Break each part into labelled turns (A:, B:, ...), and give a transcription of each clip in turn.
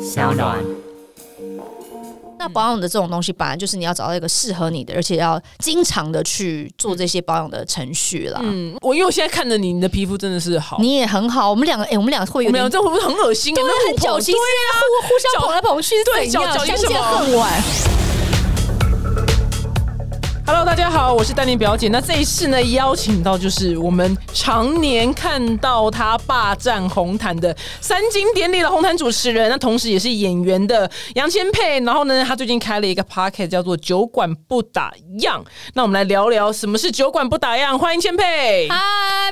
A: 小暖。
B: 那保养的这种东西，本来就是你要找到一个适合你的，而且要经常的去做这些保养的程序啦。
C: 嗯，我因为我现在看着你，你的皮肤真的是好。
B: 你也很好，我们两个，哎、我们两个会
C: 我
B: 有
C: 们俩
B: 点
C: 这会不会很恶心？
B: 对
C: 有
B: 啊
C: 没有
B: 很
C: 互
B: 矫
C: 捧
B: 情，互互相捧来捧去，
C: 对
B: 怎样
C: 矫矫
B: 相
C: 情什
B: 见
C: 么
B: 恨晚。
C: Hello，大家好，我是丹妮表姐。那这一次呢，邀请到就是我们常年看到她霸占红毯的三金典礼的红毯主持人，那同时也是演员的杨千霈。然后呢，她最近开了一个 p o c k e t 叫做《酒馆不打烊》。那我们来聊聊什么是酒馆不打烊。欢迎千霈。
B: 嗨，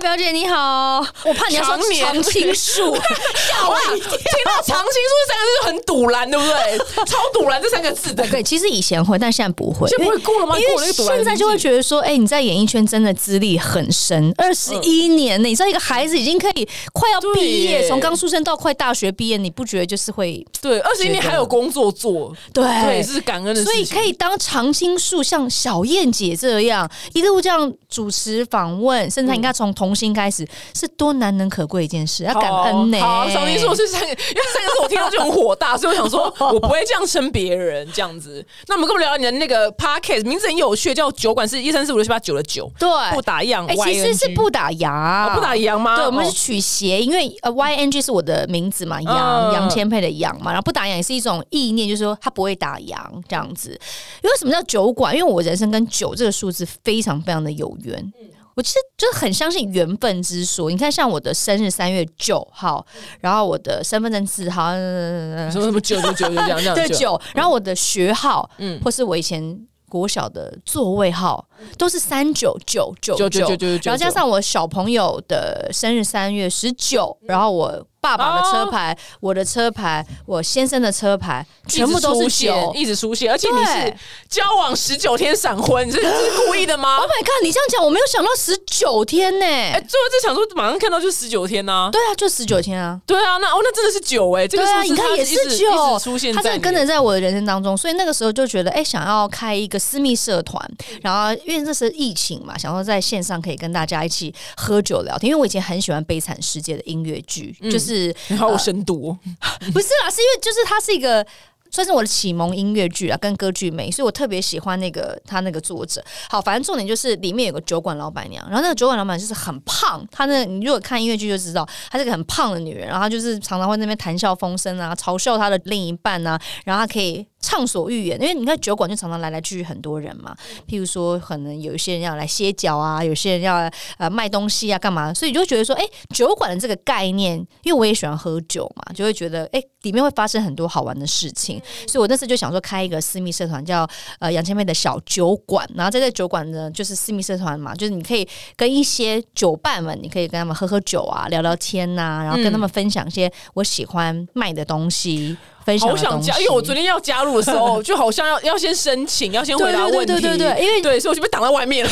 B: 表姐你好，我怕你要说
C: 常年
B: 常青 树，吓我
C: 哇！
B: 一
C: 听
B: 跳。
C: 到“常青树”这三个字就很堵然，对不对？超堵然这三个字的。
B: 对，其实以前会，但现在不会。
C: 现在不会
B: 因为
C: 过了吗
B: 因
C: 过了
B: 为
C: 那个堵拦
B: 现在就会
C: 年纪
B: 觉得说，哎、你在演艺圈真的资历很深，二十一年，你知道一个孩子已经可以快要毕
C: 对
B: 业，
C: 耶
B: 从刚出生到快大学毕业，你不觉得就是会
C: 对，二十一年还有工作做，
B: 对
C: 对，这是感恩的事
B: 所
C: 情。
B: 以可以当常青树，像小燕姐这样一路这样主持访问，甚至你看从童星开始，是多难能可贵一件事，要感恩呢、
C: 好，好小林说是三个，因为三个字我听到就很火大，所以我想说，我不会这样称别人这样子。那我们跟我们聊聊你的那个 podcast，名字很有趣，叫“酒馆”，是一三四五六七八九的九，
B: 对，
C: 不打烊。
B: 哎、其实是
C: YNG
B: 不打烊、
C: 哦不打烊吗？
B: 对，我们
C: 哦
B: 是取谐，因为呃，Y N G 是我的名字嘛，
C: 嗯
B: 杨杨千霈的杨嘛，然后不打烊也是一种意念，就是说它不会打烊这样子。因为什么叫酒馆？因为我人生跟酒这个数字非常非常的有缘。
C: 嗯
B: 我其实就是很相信缘分之说。你看，像我的生日三月九号，然后我的身份证字号，嗯
C: 哦什么什么九九九九这样这样
B: 对九，然后我的学号，
C: 嗯
B: 嗯，或是我以前国小的座位号，都是三九九九
C: 九九
B: 九
C: 九九九，
B: 然后加上我小朋友的生日三月十九，
C: 嗯
B: 然后我爸爸的车牌、我的车牌、我先生的车牌，全部都
C: 哦一
B: 是
C: 直出现
B: 九。
C: 一直出现，而且你是
B: 对
C: 交往十九天闪婚，你是这是故意的吗
B: Oh？my god！你这样讲，我没有想到十九天呢、
C: 哎，最后就想说，马上看到就十九天呐。
B: 对啊，就十九天啊。
C: 对啊，那哦，那真的是九哎，这
B: 对
C: 个
B: 啊，你
C: 数字它
B: 看也
C: 一直
B: 是
C: 一
B: 九
C: 直出现，
B: 他
C: 在
B: 真的
C: 你
B: 跟着在我的人生当中，所以那个时候就觉得，哎、想要开一个私密社团，
C: 嗯
B: 然后因为这是疫情嘛，想说在线上可以跟大家一起喝酒聊天，因为我以前很喜欢《悲惨世界》的音乐剧，
C: 嗯
B: 就是
C: 你好有深度哦，
B: 不是啦，是因为就是它是一个。算是我的启蒙音乐剧啊，跟歌剧美，所以我特别喜欢那个他那个作者。好，反正重点就是里面有个酒馆老板娘，然后那个酒馆老板就是很胖，她那你如果看音乐剧就知道，她是个很胖的女人，然后她就是常常会那边谈笑风生啊，嘲笑她的另一半啊，然后她可以畅所欲言，因为你看酒馆就常常来来去去很多人嘛，譬如说可能有一些人要来歇脚啊，有些人要来呃卖东西啊，干嘛？所以就会觉得说，哎、酒馆的这个概念，因为我也喜欢喝酒嘛，就会觉得，哎、里面会发生很多好玩的事情。所以我那次就想说，开一个私密社团，叫呃杨千霈的小酒馆。然后在这酒馆呢，就是私密社团嘛，就是你可以跟一些酒伴们，你可以跟他们喝喝酒啊，聊聊天呐、然后跟他们分享一些我喜欢卖的东西。分享
C: 好
B: 的东
C: 想
B: 西
C: 加，因为我昨天要加入的时 候，就好像要要先申请，要先回答问题，
B: 对对对对哎 对因为
C: 对，所以我就被挡在外面了。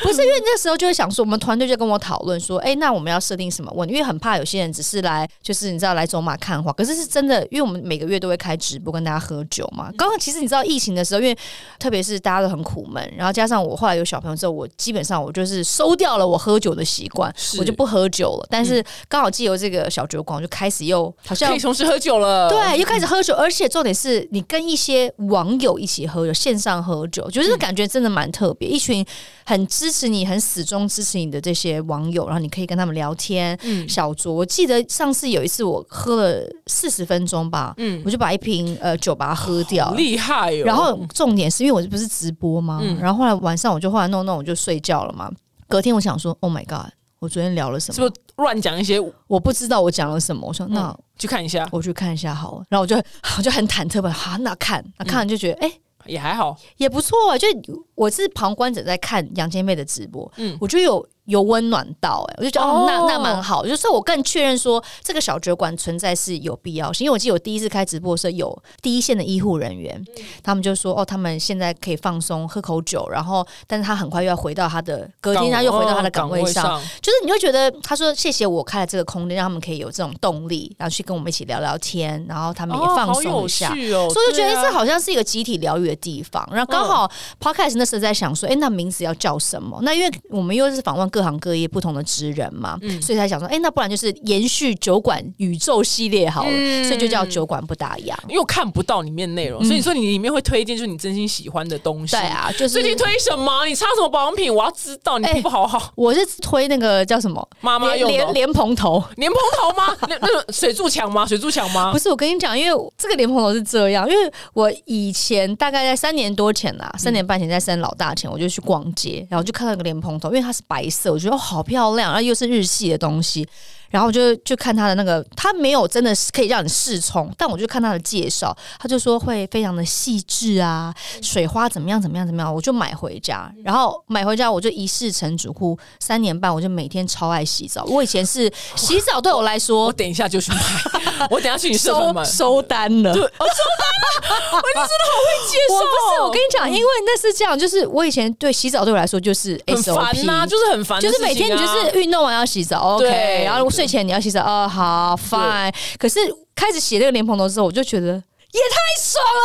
B: 不是因为那时候就会想说，我们团队就跟我讨论说，哎、那我们要设定什么问题？因为很怕有些人只是来，就是你知道来走马看花，可是是真的，因为我们每个月都会开直播跟大家喝酒嘛。
C: 嗯
B: 刚刚其实你知道疫情的时候，因为特别是大家都很苦闷，然后加上我后来有小朋友之后，我基本上我就是收掉了我喝酒的习惯
C: 是，
B: 我就不喝酒了。但是刚好借由这个小酒馆，我就开始又好像
C: 可以同时喝酒了，
B: 对，又开始喝酒，而且重点是你跟一些网友一起喝酒，线上喝酒，
C: 嗯
B: 就是感觉真的蛮特别。一群很支持你、很始终支持你的这些网友，然后你可以跟他们聊天。
C: 嗯
B: 小酌，我记得上次有一次我喝了四十分钟吧，
C: 嗯，
B: 我就把一瓶呃酒把它喝掉
C: 好
B: 了。
C: 厉害哦。
B: 然后重点是因为我不是直播吗？
C: 嗯
B: 然后后来晚上我就后来弄弄我就睡觉了嘛。隔天我想说，Oh my god，我昨天聊了什
C: 是
B: 么？
C: 不是乱讲一些？
B: 我不知道我讲了什么。我说那
C: 去看一下
B: 我去看一下好了。然后我就我就很 忐忑吧，哈、那看那看了就觉得哎、诶
C: 也还好，
B: 也不错、啊，就我是旁观者在看杨千霈的直播，
C: 嗯
B: 嗯，我就有有温暖到、哎，我就觉得哦，
C: 哦
B: 那那蛮好，就是我更确认说这个小酒馆存在是有必要性，因为我记得我第一次开直播的时候，有第一线的医护人员，他们就说哦，他们现在可以放松，喝口酒，然后但是他很快又要回到他的隔天，他又回到他的岗位上，，就是你会觉得他说谢谢我开了这个空间，让他们可以有这种动力，然后去跟我们一起聊聊天，然后他们也放松一下。
C: 哦好有趣哦
B: 所以我就觉得
C: 对啊
B: 这好像是一个集体疗愈嗯的地方。然后刚好 podcast 那时候在想说，哎、那名字要叫什么？那因为我们又是访问各行各业不同的职人嘛，所以才想说，哎、那不然就是延续酒馆宇宙系列好了，所以就叫酒馆不打烊。
C: 因为我看不到里面内容，所以说你里面会推荐就是你真心喜欢的东西。
B: 嗯对啊，就是
C: 最近推什么？你擦什么保养品？我要知道，你皮肤好好。
B: 我是推那个叫什么
C: 妈妈
B: 莲
C: 用的哦
B: 莲莲蓬头。
C: 莲蓬头吗？ 那那种水柱墙吗？水柱墙吗
B: 不？是，我跟你讲，因为这个莲蓬头是这样，因为我以前大概在三年多前啦、三年半前在生老大前，我就去逛街，然后就看到一个莲蓬头，因为它是白色，我觉得哦好漂亮，然后又是日系的东西，然后我就就看它的那个，它没有真的是可以让你试冲，但我就看它的介绍，他就说会非常的细致啊，水花怎么样怎么样怎么样，我就买回家，然后买回家我就一试成主顾，三年半我就每天超爱洗澡，我以前是洗澡对我来
C: 我
B: 说。
C: 等一下就去买， 我等一下去你社团买
B: 收。收单了，
C: 哦我你真的好会接受
B: 我
C: 哦，
B: 不是，我跟你讲，因为那是这样，就是我以前对洗澡对我来说就是
C: 很
B: SOP，
C: 烦呐，就是很烦的
B: 就是
C: 事情啊，
B: 每天你就是运动完要洗澡，OK，
C: 对
B: 然后睡前你要洗澡，哦，好，fine。可是开始洗那个莲蓬头之后，我就觉得也太爽了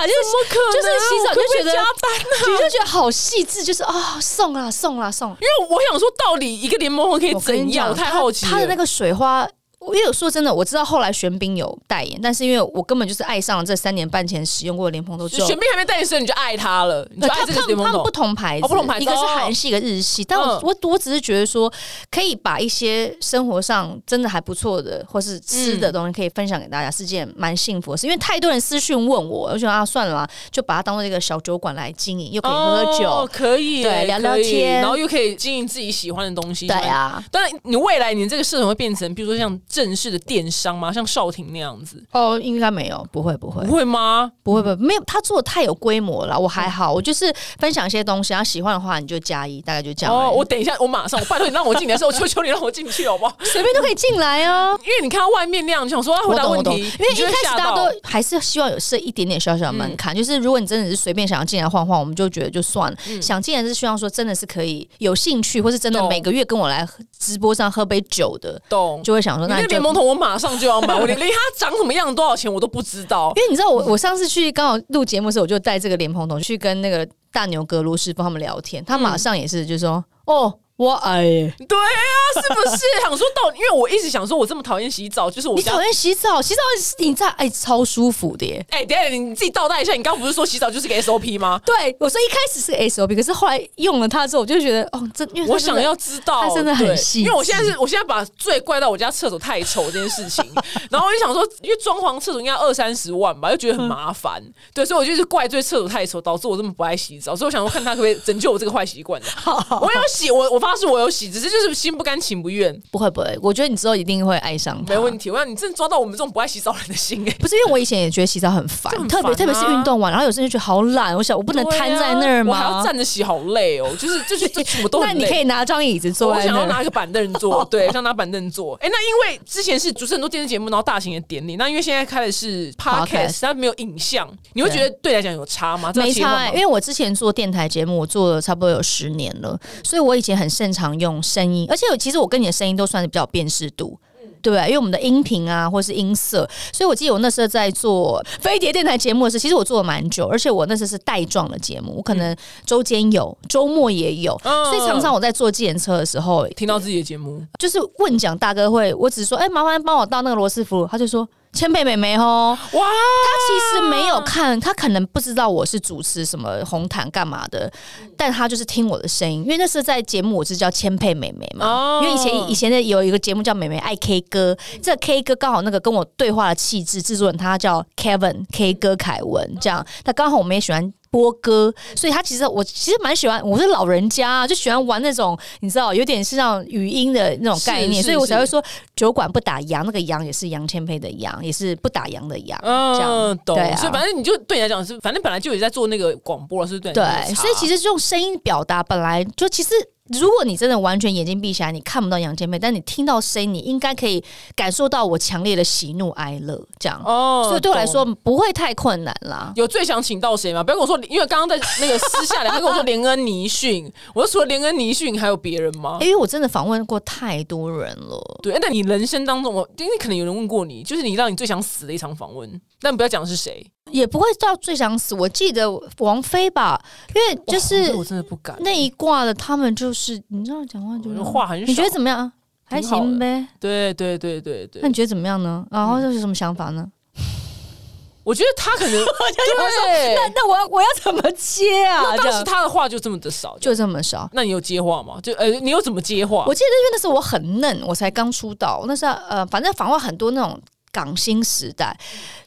B: 吧，就是
C: 不可
B: 就
C: 能啊，
B: 是洗澡
C: 我可不可以
B: 就觉得
C: 加班啊。
B: 你就觉得好细致，就是啊、送啦送啦送。
C: 因为我想说，到底一个联盟会可以
B: 我跟
C: 哎怎
B: 你
C: 样？
B: 讲，
C: 我太好奇
B: 他的那
C: 个
B: 个水花。我也有说真的，我知道后来玄彬有代言，但是因为我根本就是爱上了这三年半前使用过的莲蓬头之后，
C: 选兵还没代言时，你就爱他了，你就
B: 对，
C: 爱
B: 他
C: 这个
B: 他
C: 联
B: 们
C: 盟
B: 他们不
C: 懂。
B: 同牌子，
C: 哦不同牌子
B: 一个是
C: 哦
B: 韩系，一个日系。但我、
C: 嗯
B: 我我只是觉得说，可以把一些生活上真的还不错的，或是吃的东西，可以分享给大家，是件蛮幸福的事。因为太多人私讯问我，我就想啊，算了啦，就把它当做一个小酒馆来经营，又可以喝喝酒。
C: 哦可以
B: 对
C: 耶
B: 聊聊
C: 可以
B: 天
C: 然后又可以经营自己喜欢的东西。
B: 对啊，
C: 当然，你未来你这个社团会变成，比如说像正式的电商吗？像少婷那样子，
B: 哦，应该没有，不会，不会
C: 不，会吗？
B: 不会，不会，没有，他做的太有规模了，我还
C: 嗯
B: 好，我就是分享一些东西，然后喜欢的话你就加一，大概就这样而已。
C: 哦，我等一下，我马上，我拜托你让我进来的时候，我求求你让我进去好不好？
B: 随便都可以进来啊，
C: 因为你看到外面那样，你想说啊，回
B: 我
C: 答
B: 懂，
C: 问
B: 我
C: 题，
B: 懂。因为
C: 你
B: 一
C: 就会
B: 开始
C: 吓
B: 大家
C: 到嗯
B: 都还是希望有设一点点小小的门槛，就是如果你真的是随便想要进来晃晃，我们就觉得就算了。想进来是希望说真的是可以有兴趣，或是真的
C: 嗯懂
B: 每个月跟我来喝直播上喝杯酒的，
C: 懂。
B: 就会想说
C: 你
B: 那
C: 那
B: 你
C: 个
B: 就
C: 联。盟头我马上就要买，我连连它长什么样、多少钱我都不知道。
B: 因为你知道我，我上次去刚好录节目的时候，我就带这个莲蓬头去跟那个大牛哥卢师傅他们聊天，他
C: 嗯
B: 马上也是就说：“哦，我爱耶
C: 对啊，是不是？想说到，因为我一直想说，我这么讨厌洗澡，就是我
B: 你
C: 家
B: 讨。厌洗澡，洗澡你在哎超舒服的耶。”
C: 哎、等一下你自己倒带一下，你刚刚不是说洗澡就是个 SOP 吗？
B: 对，我说一开始是 SOP，可是后来用了它之后，我就觉得哦，这因为它
C: 我
B: 真的
C: 想要知道，
B: 他真的很
C: 对
B: 细
C: 因为我现在
B: 致
C: 是我现在把罪怪到我家厕所太丑这件事情，然后我就想说，因为装潢厕所应该二三十万吧，就觉得很
B: 嗯
C: 麻烦，对，所以我就是怪罪厕所太丑，导致我这么不爱洗澡，所以我想说看他可不可以拯救我这个坏习惯。我有洗，我我发誓我有洗，只是就是心不甘情不愿，
B: 不会不会，我觉得你之后一定会爱上它。
C: 没问题。我想你真的抓到我们这种不爱洗澡人的心、哎，
B: 不是因为我以前也觉得洗澡很烦，
C: 很
B: 特别
C: 烦
B: 特别是
C: 啊
B: 运动完，然后有时候就觉得好懒，我想我不能
C: 对啊
B: 瘫在那儿
C: 我还要
B: 吗？
C: 站着洗，好累哦，就是就是就什么 都
B: 那
C: 很
B: 你可
C: 累。
B: 以拿张椅子坐
C: 我
B: 在
C: 想
B: 那
C: 要
B: 儿。
C: 拿个板凳 坐，对，想拿板凳坐。哎、那因为之前是主持很多电视节目，然后大型的典礼，那因为现在开的是 podcast，
B: Podcast
C: 它没有影像，你会觉得对你来讲有差吗？这样
B: 没
C: 切换
B: 差、
C: 吗
B: 欸，因为我之前做电台节目，我做了差不多有十年了，所以我以前很擅长用声音，而且我其实我跟你的声音都算是比较有辨识度。
C: 嗯
B: 对不对？因为我们的音频啊，或是音色，所以我记得我那时候在做飞碟电台节目的时候，其实我做了蛮久，而且我那时候是带状的节目，我可能周间有，周末也有，
C: 嗯
B: 所以常常我在做计程车的时候，
C: 听到自己的节目，
B: 就是问讲大哥会，我只说，哎、麻烦帮我到那个罗斯福，他就说。千贝妹妹哦，
C: 哇，
B: 他其实没有
C: 啊
B: 看，他可能不知道我是主持什么红毯干嘛的，但他就是听我的声音，因为那时候在节目我是叫千佩妹妹嘛，
C: 哦
B: 因为以前以前的有一个节目叫妹妹爱 K 歌，这 K 歌刚好那个跟我对话的气质制作人他叫 Kevin K 歌凯文这样，那刚好我们也喜欢。播歌，所以他其实我其实蛮喜欢，我是老人家、啊就喜欢玩那种你知道有点是像语音的那种概
C: 是
B: 念，
C: 是
B: 所以我才
C: 是
B: 会说酒馆不打烊，那个烊也是杨千霈的烊，也是不打烊的烊。这
C: 嗯
B: 样，
C: 懂。
B: 对啊
C: 所以反正你就对你来讲是，反正本来就有在做那个广播了，是不是对你来讲
B: 对，
C: 有差？
B: 所以其实用声音表达本来就其实。如果你真的完全眼睛闭起来，你看不到杨千霈，但你听到声音，你应该可以感受到我强烈的喜怒哀乐，这样。
C: 哦
B: 所以对我来
C: 懂
B: 说不会太困难啦。
C: 有最想请到谁吗？不要跟我说，因为刚刚在那个私下聊，他跟我说 连恩尼逊，我说除了连恩尼逊还有别人吗？
B: 因为我真的访问过太多人了，
C: 对，哎那你人生当中，我因为可能有人问过你，就是你让你最想死的一场访问，但不要讲是谁，
B: 也不会到最想死。我记得王菲吧，因为就
C: 哇
B: 是
C: 那我真的不敢。
B: 那一挂的，他们就是你知道讲话就是
C: 我话很少
B: 你觉得怎么样？还
C: 挺好的
B: 行呗。
C: 对对对对对
B: 那，你觉得怎么样呢？然后又是什么想法呢？
C: 我觉得他 可能对，
B: 那我要我要怎么接啊
C: 当时他的话就这么的少。就
B: 就这么少。
C: 那你有接话吗？就呃，你又怎么接话
B: 我？记得因为那时候我很嫩，我才刚出道，那时候呃，反正访问很多那种。港星时代，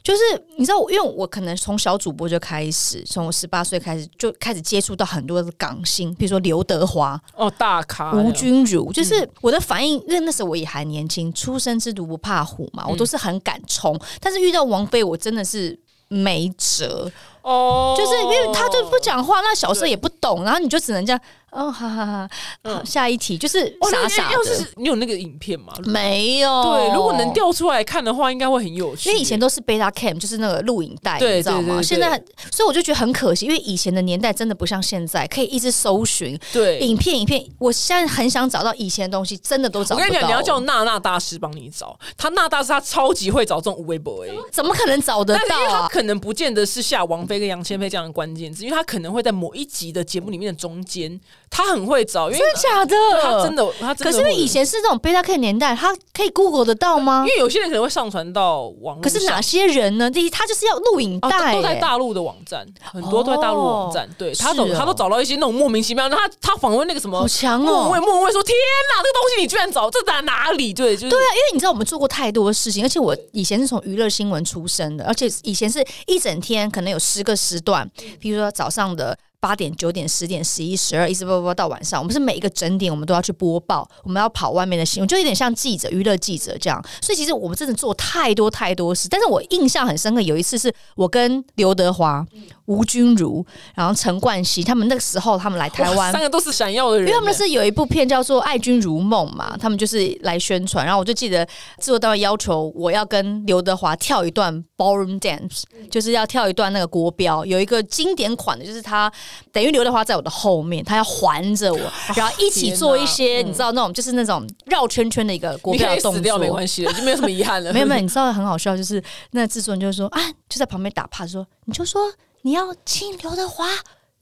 B: 就是你知道，因为我可能从小主播就开始，从我十八岁开始就开始接触到很多的港星，比如说刘德华、
C: 哦，大咖
B: 吴君如，就是我的反应，因为那时候我也还年轻，初生之犊不怕虎嘛，我都是很敢冲。但是遇到王菲，我真的是没辙，
C: 哦，
B: 就是因为她就不讲话，那小时候也不懂，然后你就只能这样，哦，哈哈哈，好，下一题就是
C: 哇
B: 傻
C: 嗯哦那
B: 傻
C: 要
B: 的，哦
C: 是你有那个影片吗？
B: 没有。
C: 对，如果能。调出来看的话，应该会很有趣。
B: 因为以前都是 beta cam，就是那个录影带，
C: 对
B: 你知道
C: 对对
B: 吗？
C: 对
B: 现在，所以我就觉得很可惜，因为以前的年代真的不像现在，可以一直搜寻
C: 对，
B: 影片，影片。我现在很想找到以前的东西，真的都找
C: 我
B: 不
C: 跟
B: 到。
C: 你讲，你要叫娜娜大师帮你找，他娜大师他超级会找这种无微博哎。
B: 怎么可能找得
C: 但是因为
B: 到
C: 他
B: 啊？
C: 可能不见得是下王菲跟杨千霏这样的关键字，因为他可能会在某一集的节目里面的中间，他很会找，因为
B: 真的假
C: 他
B: 的？
C: 真。的他真
B: 可
C: 的会。
B: 是因为以前是那种 beta K 年代，他可以 Google 得到吗
C: 因？为有些人可能会上传到网络
B: 可
C: 上，
B: 是哪些人呢？第一，他就是要录影
C: 啊
B: 带、
C: 都都在
B: 欸
C: 大陆的网站，很多都在大陆网站。对他找、
B: 哦是哦
C: 他都找到一些那种莫名其妙，他他访问那个什么
B: 好强
C: 莫
B: 哦、
C: 问莫问说：“天哪，这个东西你居然找，这在哪里？”对，就是
B: 对啊，因为你知道我们做过太多的事情，而且我以前是从娱乐新闻出身的，而且以前是一整天可能有十个时段，比如说早上的八点、九点、十点、十一、十二，一直播播播到晚上。我们是每一个整点我们都要去播报，我们要跑外面的新闻，就有点像记者、娱乐记者这样。所以其实我们真的做太多太多事，但是我印象很深刻，有一次是我跟刘德华、吴君如，然后陈冠希他们那个时候他们来台
C: 哇
B: 湾
C: 三，个都是闪耀的人，
B: 因为他们是有一部片叫做《爱君如梦》嘛，他们就是来宣传，然后我就记得制作单位要求我要跟刘德华跳一段 ballroom dance，就是要跳一段那个国标，有一个经典款的，就是他等于刘德华在我的后面，他要环着我，然后一起做一些
C: 啊天哪
B: 你知道那种就是那种绕圈圈的一个国
C: 你
B: 标
C: 可
B: 的
C: 以
B: 动
C: 死
B: 作
C: 掉，没关系了，就没有什么遗憾 了。
B: 没有没有，你知道很好笑，就是那制作人就说啊，就在旁边打帕说，你就说你要亲刘德华，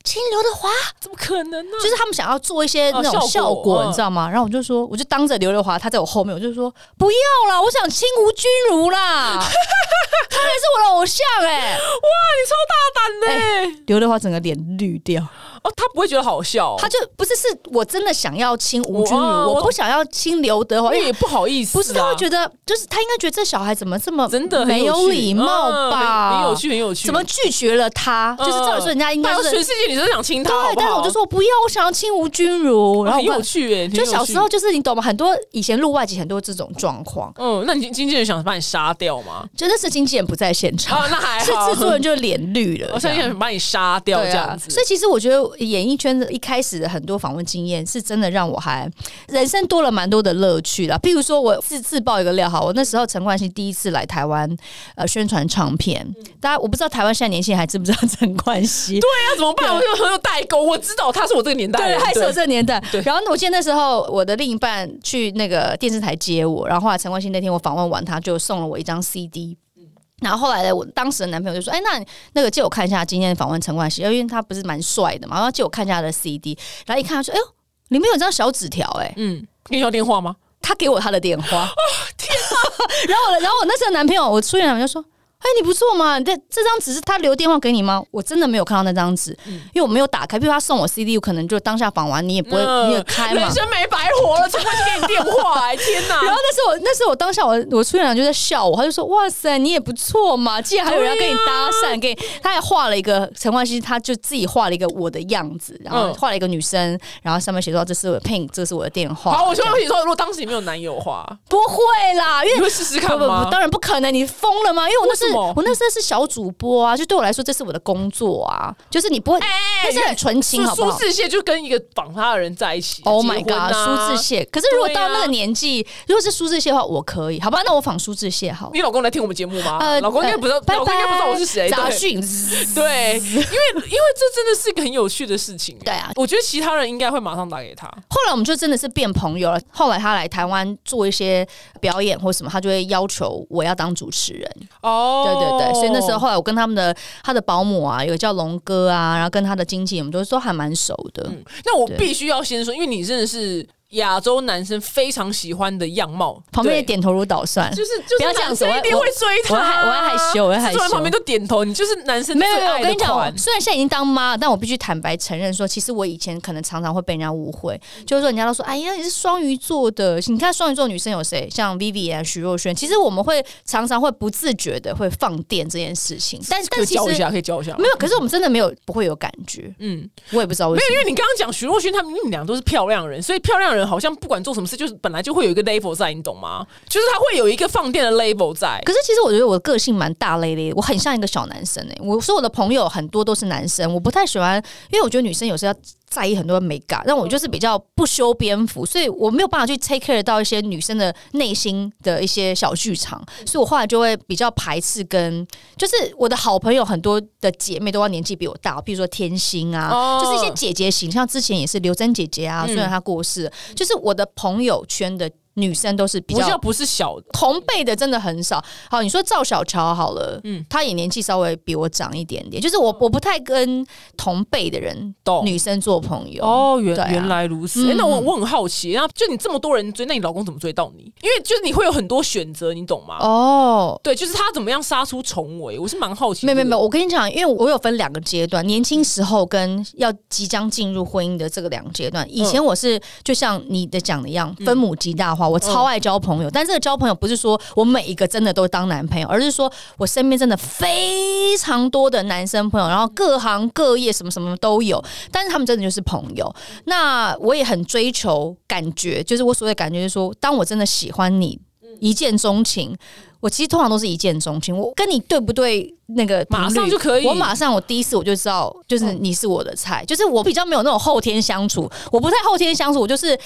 B: 亲刘德华。
C: 怎么可能呢、
B: 就是他们想要做一些那
C: 哦效
B: 种
C: 果
B: 效果，
C: 嗯
B: 你知道吗？然后我就说，我就当着刘德华，他在我后面，我就说不要啦，我想亲吴君如 啦，他也是我的偶像哎、
C: 哇，你超大胆的、欸
B: 刘德华整个脸绿掉，
C: 哦，他不会觉得好笑、哦，
B: 他就不是是我真的想要亲吴君如，
C: 我哦我
B: 我不想要亲刘德华，
C: 因
B: 因
C: 为
B: 为
C: 也不好意思、啊，
B: 不是他会觉得，就是他应该觉得这小孩怎么这么
C: 真的很
B: 没
C: 有趣
B: 礼貌
C: 嗯
B: 吧？
C: 很有趣，很有趣。嗯
B: 怎么拒绝了他？就是照理说人家应该
C: 还有
B: 是
C: 全世界你都想亲他，好
B: 对，
C: 不
B: 但
C: 好
B: 是我就说我不要，我想要亲吴君如，然后
C: 很
B: 我爸
C: 有趣哎、
B: 就
C: 挺有
B: 小
C: 趣
B: 时候，就是你懂吗？很多以前录外景很多这种状况，
C: 嗯，那你经纪人想把你杀掉 吗？
B: 真的是经纪人不在现场，
C: 哦，那还
B: 是
C: 好，
B: 制作人就脸绿了
C: 我。
B: 这
C: 相信
B: 样
C: 想把你杀掉
B: 对
C: 这样
B: 啊，
C: 子。
B: 所以其实我觉得演艺圈的一开始的很多访问经验，是真的让我还人生多了蛮多的乐趣啦。譬如说，我自自爆一个料哈，我那时候陈冠希第一次来台湾呃宣传唱片，大家我不知道台湾现在年轻人还知不知道 陈冠希？
C: 嗯对呀、怎么办？我就很有代沟，我知道他是我这个年代的
B: 对，
C: 人，
B: 还是有这个年代
C: 对。
B: 然后我记得那时候我的另一半去那个电视台接我，然后后来陈冠希那天我访问完他，就送了我一张 CD。然后后来呢，我当时的男朋友就说：“哎，那你那个借我看一下今天访问陈冠希，因为他不是蛮帅的嘛，然后借我看一下他的 CD。”然后一看，他说：“哎呦，里面有张小纸条、哎，
C: 嗯，跟你要电话吗？
B: 他给我他的电话。
C: 哦
B: 天 然后我，然后我那时候男朋友，我初恋男朋友就说。哎、你不错嘛！这这张纸是他留电话给你吗？我真的没有看到那张纸，
C: 嗯
B: 因为我没有打开。比如他送我 CD，我可能就当下访完，你也不会，
C: 嗯
B: 你也开嘛
C: 人。生没白活了，陈冠希给你电话、哎，天哪！
B: 然后那时候我，那时候我当下我我初恋男友就在笑我，他就说：“哇塞，你也不错嘛！既然还有人要跟你搭讪，
C: 啊
B: 给你，他还画了一个陈冠希，他就自己画了一个我的样子，然后
C: 嗯
B: 画了一个女生，然后上面写说这是我的 Pink，这是我的电话。”
C: 好，我就跟你说，如果当时你没有男友的话，
B: 不会啦，因为
C: 你会试试看
B: 不不
C: 吗
B: 不，当然不可能，你疯了吗？因为我那
C: 为
B: 是
C: 什么
B: 我那时候是小主播啊，就对我来说这是我的工作啊，就是你不会，但是很纯情，好不
C: 哎苏
B: 好
C: 苏志燮就跟一个绑他的人在一起
B: ？Oh my
C: 结婚
B: god，
C: 啊
B: 苏志燮！可是如果
C: 对啊啊
B: 到那个年纪，如果是苏志燮的话，我可以，好吧？那我仿苏志燮好了。
C: 你老公来听我们节目吗？啊老公应该不知道，
B: 呃拜拜
C: 老公应该不知道我是谁。
B: 杂
C: 对
B: 讯，
C: 对，因为因为这真的是一个很有趣的事情。
B: 对啊
C: 我觉得其他人应该会马上打给他。
B: 后来我们就真的是变朋友了。后来他来台湾做一些表演或什么，他就会要求我要当主持人。
C: 哦哦，
B: 对对对，所以那时候后来我跟他们的他的保姆啊，有个叫龙哥啊，然后跟他的经纪，我们都都还蛮熟的。
C: 那我
B: 对
C: 必须要先说，因为你真的是亚洲男生非常喜欢的样貌，
B: 旁边也
C: 对。
B: 点头如捣蒜，
C: 就是就是
B: 不要这样
C: 男
B: 子
C: 生
B: 我
C: 一定
B: 我
C: 会追他、
B: 我还我还害羞我还害羞
C: 坐在旁边都点头，你就是男生
B: 没有
C: 最
B: 没有，
C: 爱
B: 我
C: 的
B: 跟你讲，
C: 款
B: 我虽然现在已经当妈了，但我必须坦白承认说，其实我以前可能常常会被人家误会，就是说人家都说，哎呀，你是双鱼座的，你看双鱼座女生有谁？像 Vivi 啊、徐若瑄，其实我们会常常会不自觉的会放电这件事情，但
C: 可
B: 但
C: 以
B: 其
C: 教一
B: 实
C: 下，可以教一下吗。
B: 没有，可是我们真的没有不会有感觉，
C: 嗯，
B: 我也不知道为
C: 没
B: 什
C: 有，因
B: 么。
C: 为你刚刚讲徐若瑄他们，因为你俩都是漂亮人，所以漂亮人好像不管做什么事，就是本来就会有一个 level 在，你懂吗？就是他会有一个放电的 level 在。
B: 可是其实我觉得我的个性蛮大咧咧，我很像一个小男生哎、我说我的朋友很多都是男生，我不太喜欢，因为我觉得女生有时候要在意很多美感，但我就是比较不修边幅，所以我没有办法去 take care 到一些女生的内心的一些小剧场，所以我后来就会比较排斥跟，就是我的好朋友很多的姐妹都要年纪比我大，比如说天心啊，
C: 哦嗯
B: 就是一些姐姐型，像之前也是刘真姐姐啊，虽然她过世了，就是我的朋友圈的女生都是比
C: 不
B: 较
C: 叫不是小的，
B: 同辈的真的很少。好，你说赵小乔好了，
C: 嗯哦
B: 嗯，她也年纪稍微比我长一点点，就是我我不太跟同辈的人
C: 懂
B: 女生做朋友。
C: 哦，原、
B: 对啊
C: 原来如此。诶
B: 嗯
C: 那我我很好奇，那就你这么多人追，那你老公怎么追到你？因为就是你会有很多选择，你懂吗？
B: 哦，
C: 对，就是他怎么样杀出重围，我是蛮好奇
B: 没
C: 这
B: 有
C: 个。
B: 没有没有，我跟你讲，因为我有分两个阶段，年轻时候跟要即将进入婚姻的这个两个阶
C: 嗯
B: 段。以前我是就像你的讲的一样，分母极大化，
C: 嗯
B: 我超爱交朋友，但这个交朋友不是说我每一个真的都当男朋友，而是说我身边真的非常多的男生朋友，然后各行各业什么什么都有，但是他们真的就是朋友。那我也很追求感觉，就是我所谓的感觉，就是说，当我真的喜欢你，一见钟情。我其实通常都是一见钟情，我跟你对不对那个频率
C: 马上就可以嗯
B: 我马上我第一次我就知道，就是你是我的菜，就是我比较没有那种后天相处，我不太后天相处，我就是。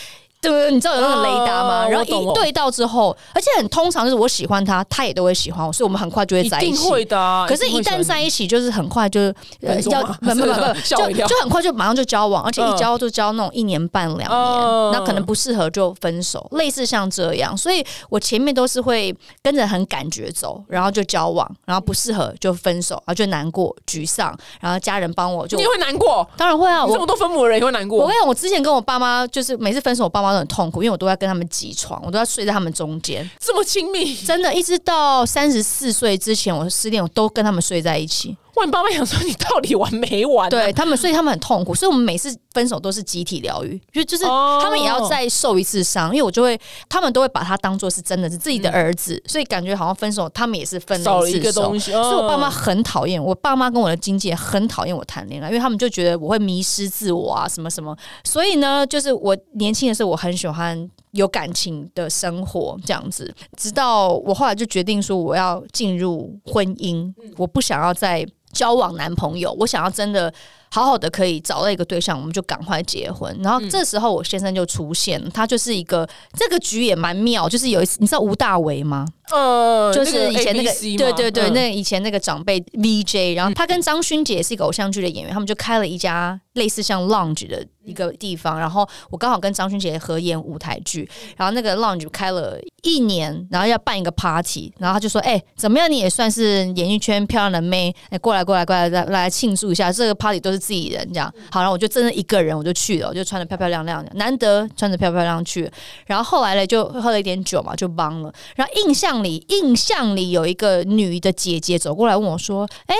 B: 对，你知道有那种雷达吗？
C: 哦
B: 然后
C: 我懂
B: 一对到之后，而且很通常就是我喜欢他，他也都会喜欢我，所以我们很快就会
C: 一
B: 在一
C: 定
B: 起。
C: 会的啊、
B: 可是，
C: 定会
B: 一旦
C: 喜欢啊
B: 在一起，就是很快就呃
C: 分手
B: 要
C: 吗
B: 不不不
C: 吓我一
B: 不，
C: 跳
B: 就就很快就马上就交往，而且
C: 嗯
B: 一交就交那种一年半两
C: 嗯
B: 年，那可能不适合就分手，类似像这样。所以我前面都是会跟着很感觉走，然后就交往，然后不适合就分手，然后就难过、沮丧，然后家人帮我就
C: 你也会难过，
B: 当然会啊，
C: 你这
B: 我
C: 么多分母的人也会难
B: 我
C: 过
B: 跟。你讲，我之前跟我爸妈就是每次分手，我爸妈都很痛苦，因为我都要跟他们挤床，我都要睡在他们中间。
C: 这么亲密，
B: 真的，一直到三十四岁之前，我失恋，我都跟他们睡在一起。
C: 哇！你爸妈想说你到底玩没完、啊？
B: 对他们，所以他们很痛苦，所以我们每次分手都是集体疗愈，就就是
C: 哦
B: 他们也要再受一次伤，因为我就会，他们都会把他当做是真的是自己的儿子，所以感觉好像分手他们也是分
C: 嗯少
B: 了
C: 了
B: 一
C: 一
B: 次
C: 个
B: 手
C: 东。西，
B: 所以，我爸妈
C: 嗯
B: 很讨厌我爸妈跟我的经纪人很讨厌我谈恋爱，因为他们就觉得我会迷失自我啊，什么什么。所以呢，就是我年轻的时候，我很喜欢有感情的生活这样子。直到我后来就决定说，我要进入婚姻，我不想要再交往男朋友，我想要真的好好的可以找到一个对象，我们就赶快结婚。然后这时候我先生就出现，他就是一个这个局也蛮妙，就是有一次你知道吴大维吗？
C: 呃，
B: 就是以前那个
C: ABC 嘛
B: 对对对，
C: 嗯
B: 那以前那个长辈 VJ，然后他跟张勋姐也是一个偶像剧的演员，他们就开了一家类似像 lounge 的一个地方，然后我刚好跟张勋姐合演舞台剧，然后那个 lounge 开了一年，然后要办一个 party，然后他就说：“哎、怎么样？你也算是演艺圈漂亮的妹，哎、过来过来过来，来来庆祝一下，这个 party 都是自己人这样。”好，然后我就真的一个人我就去了，我就穿的漂漂亮亮的，难得穿着漂漂亮亮去了然后后来呢，就喝了一点酒嘛，就帮了。然后印象里，印象里有一个女的姐姐走过来问我说：“哎、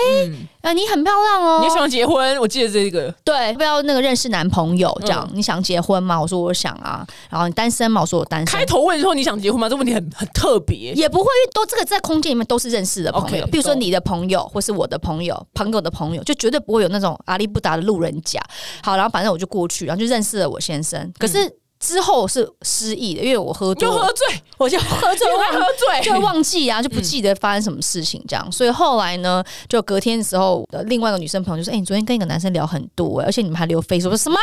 B: 呃，你很漂亮哦，
C: 你也想结婚？我记得这个，
B: 对，要不要那个认识男朋友？这样、你想结婚吗？”我说：“我想啊。”然后你单身吗？我说：“我单身。
C: 开”头问说你想结婚吗？这问题很很特别。
B: 也不会，因为都这个在空间里面都是认识的朋友
C: OK，
B: 比如说
C: 懂
B: 你的朋友，或是我的朋友，朋友的朋友，就绝对不会有那种阿里不达的路人甲。好，然后反正我就过去，然后就认识了我先生。可是之后是失忆的，因为我嗯喝
C: 你就
B: 多了，
C: 喝醉，
B: 我就喝醉
C: 就
B: 忘
C: 会喝醉，
B: 就会忘记啊，就不记得发生什么事情这样。所以后来呢，就隔天的时候，呃另外一个女生朋友就说：“哎、你昨天跟一个男生聊很多、哎，而且你们还留 Facebook。”我说：“什么？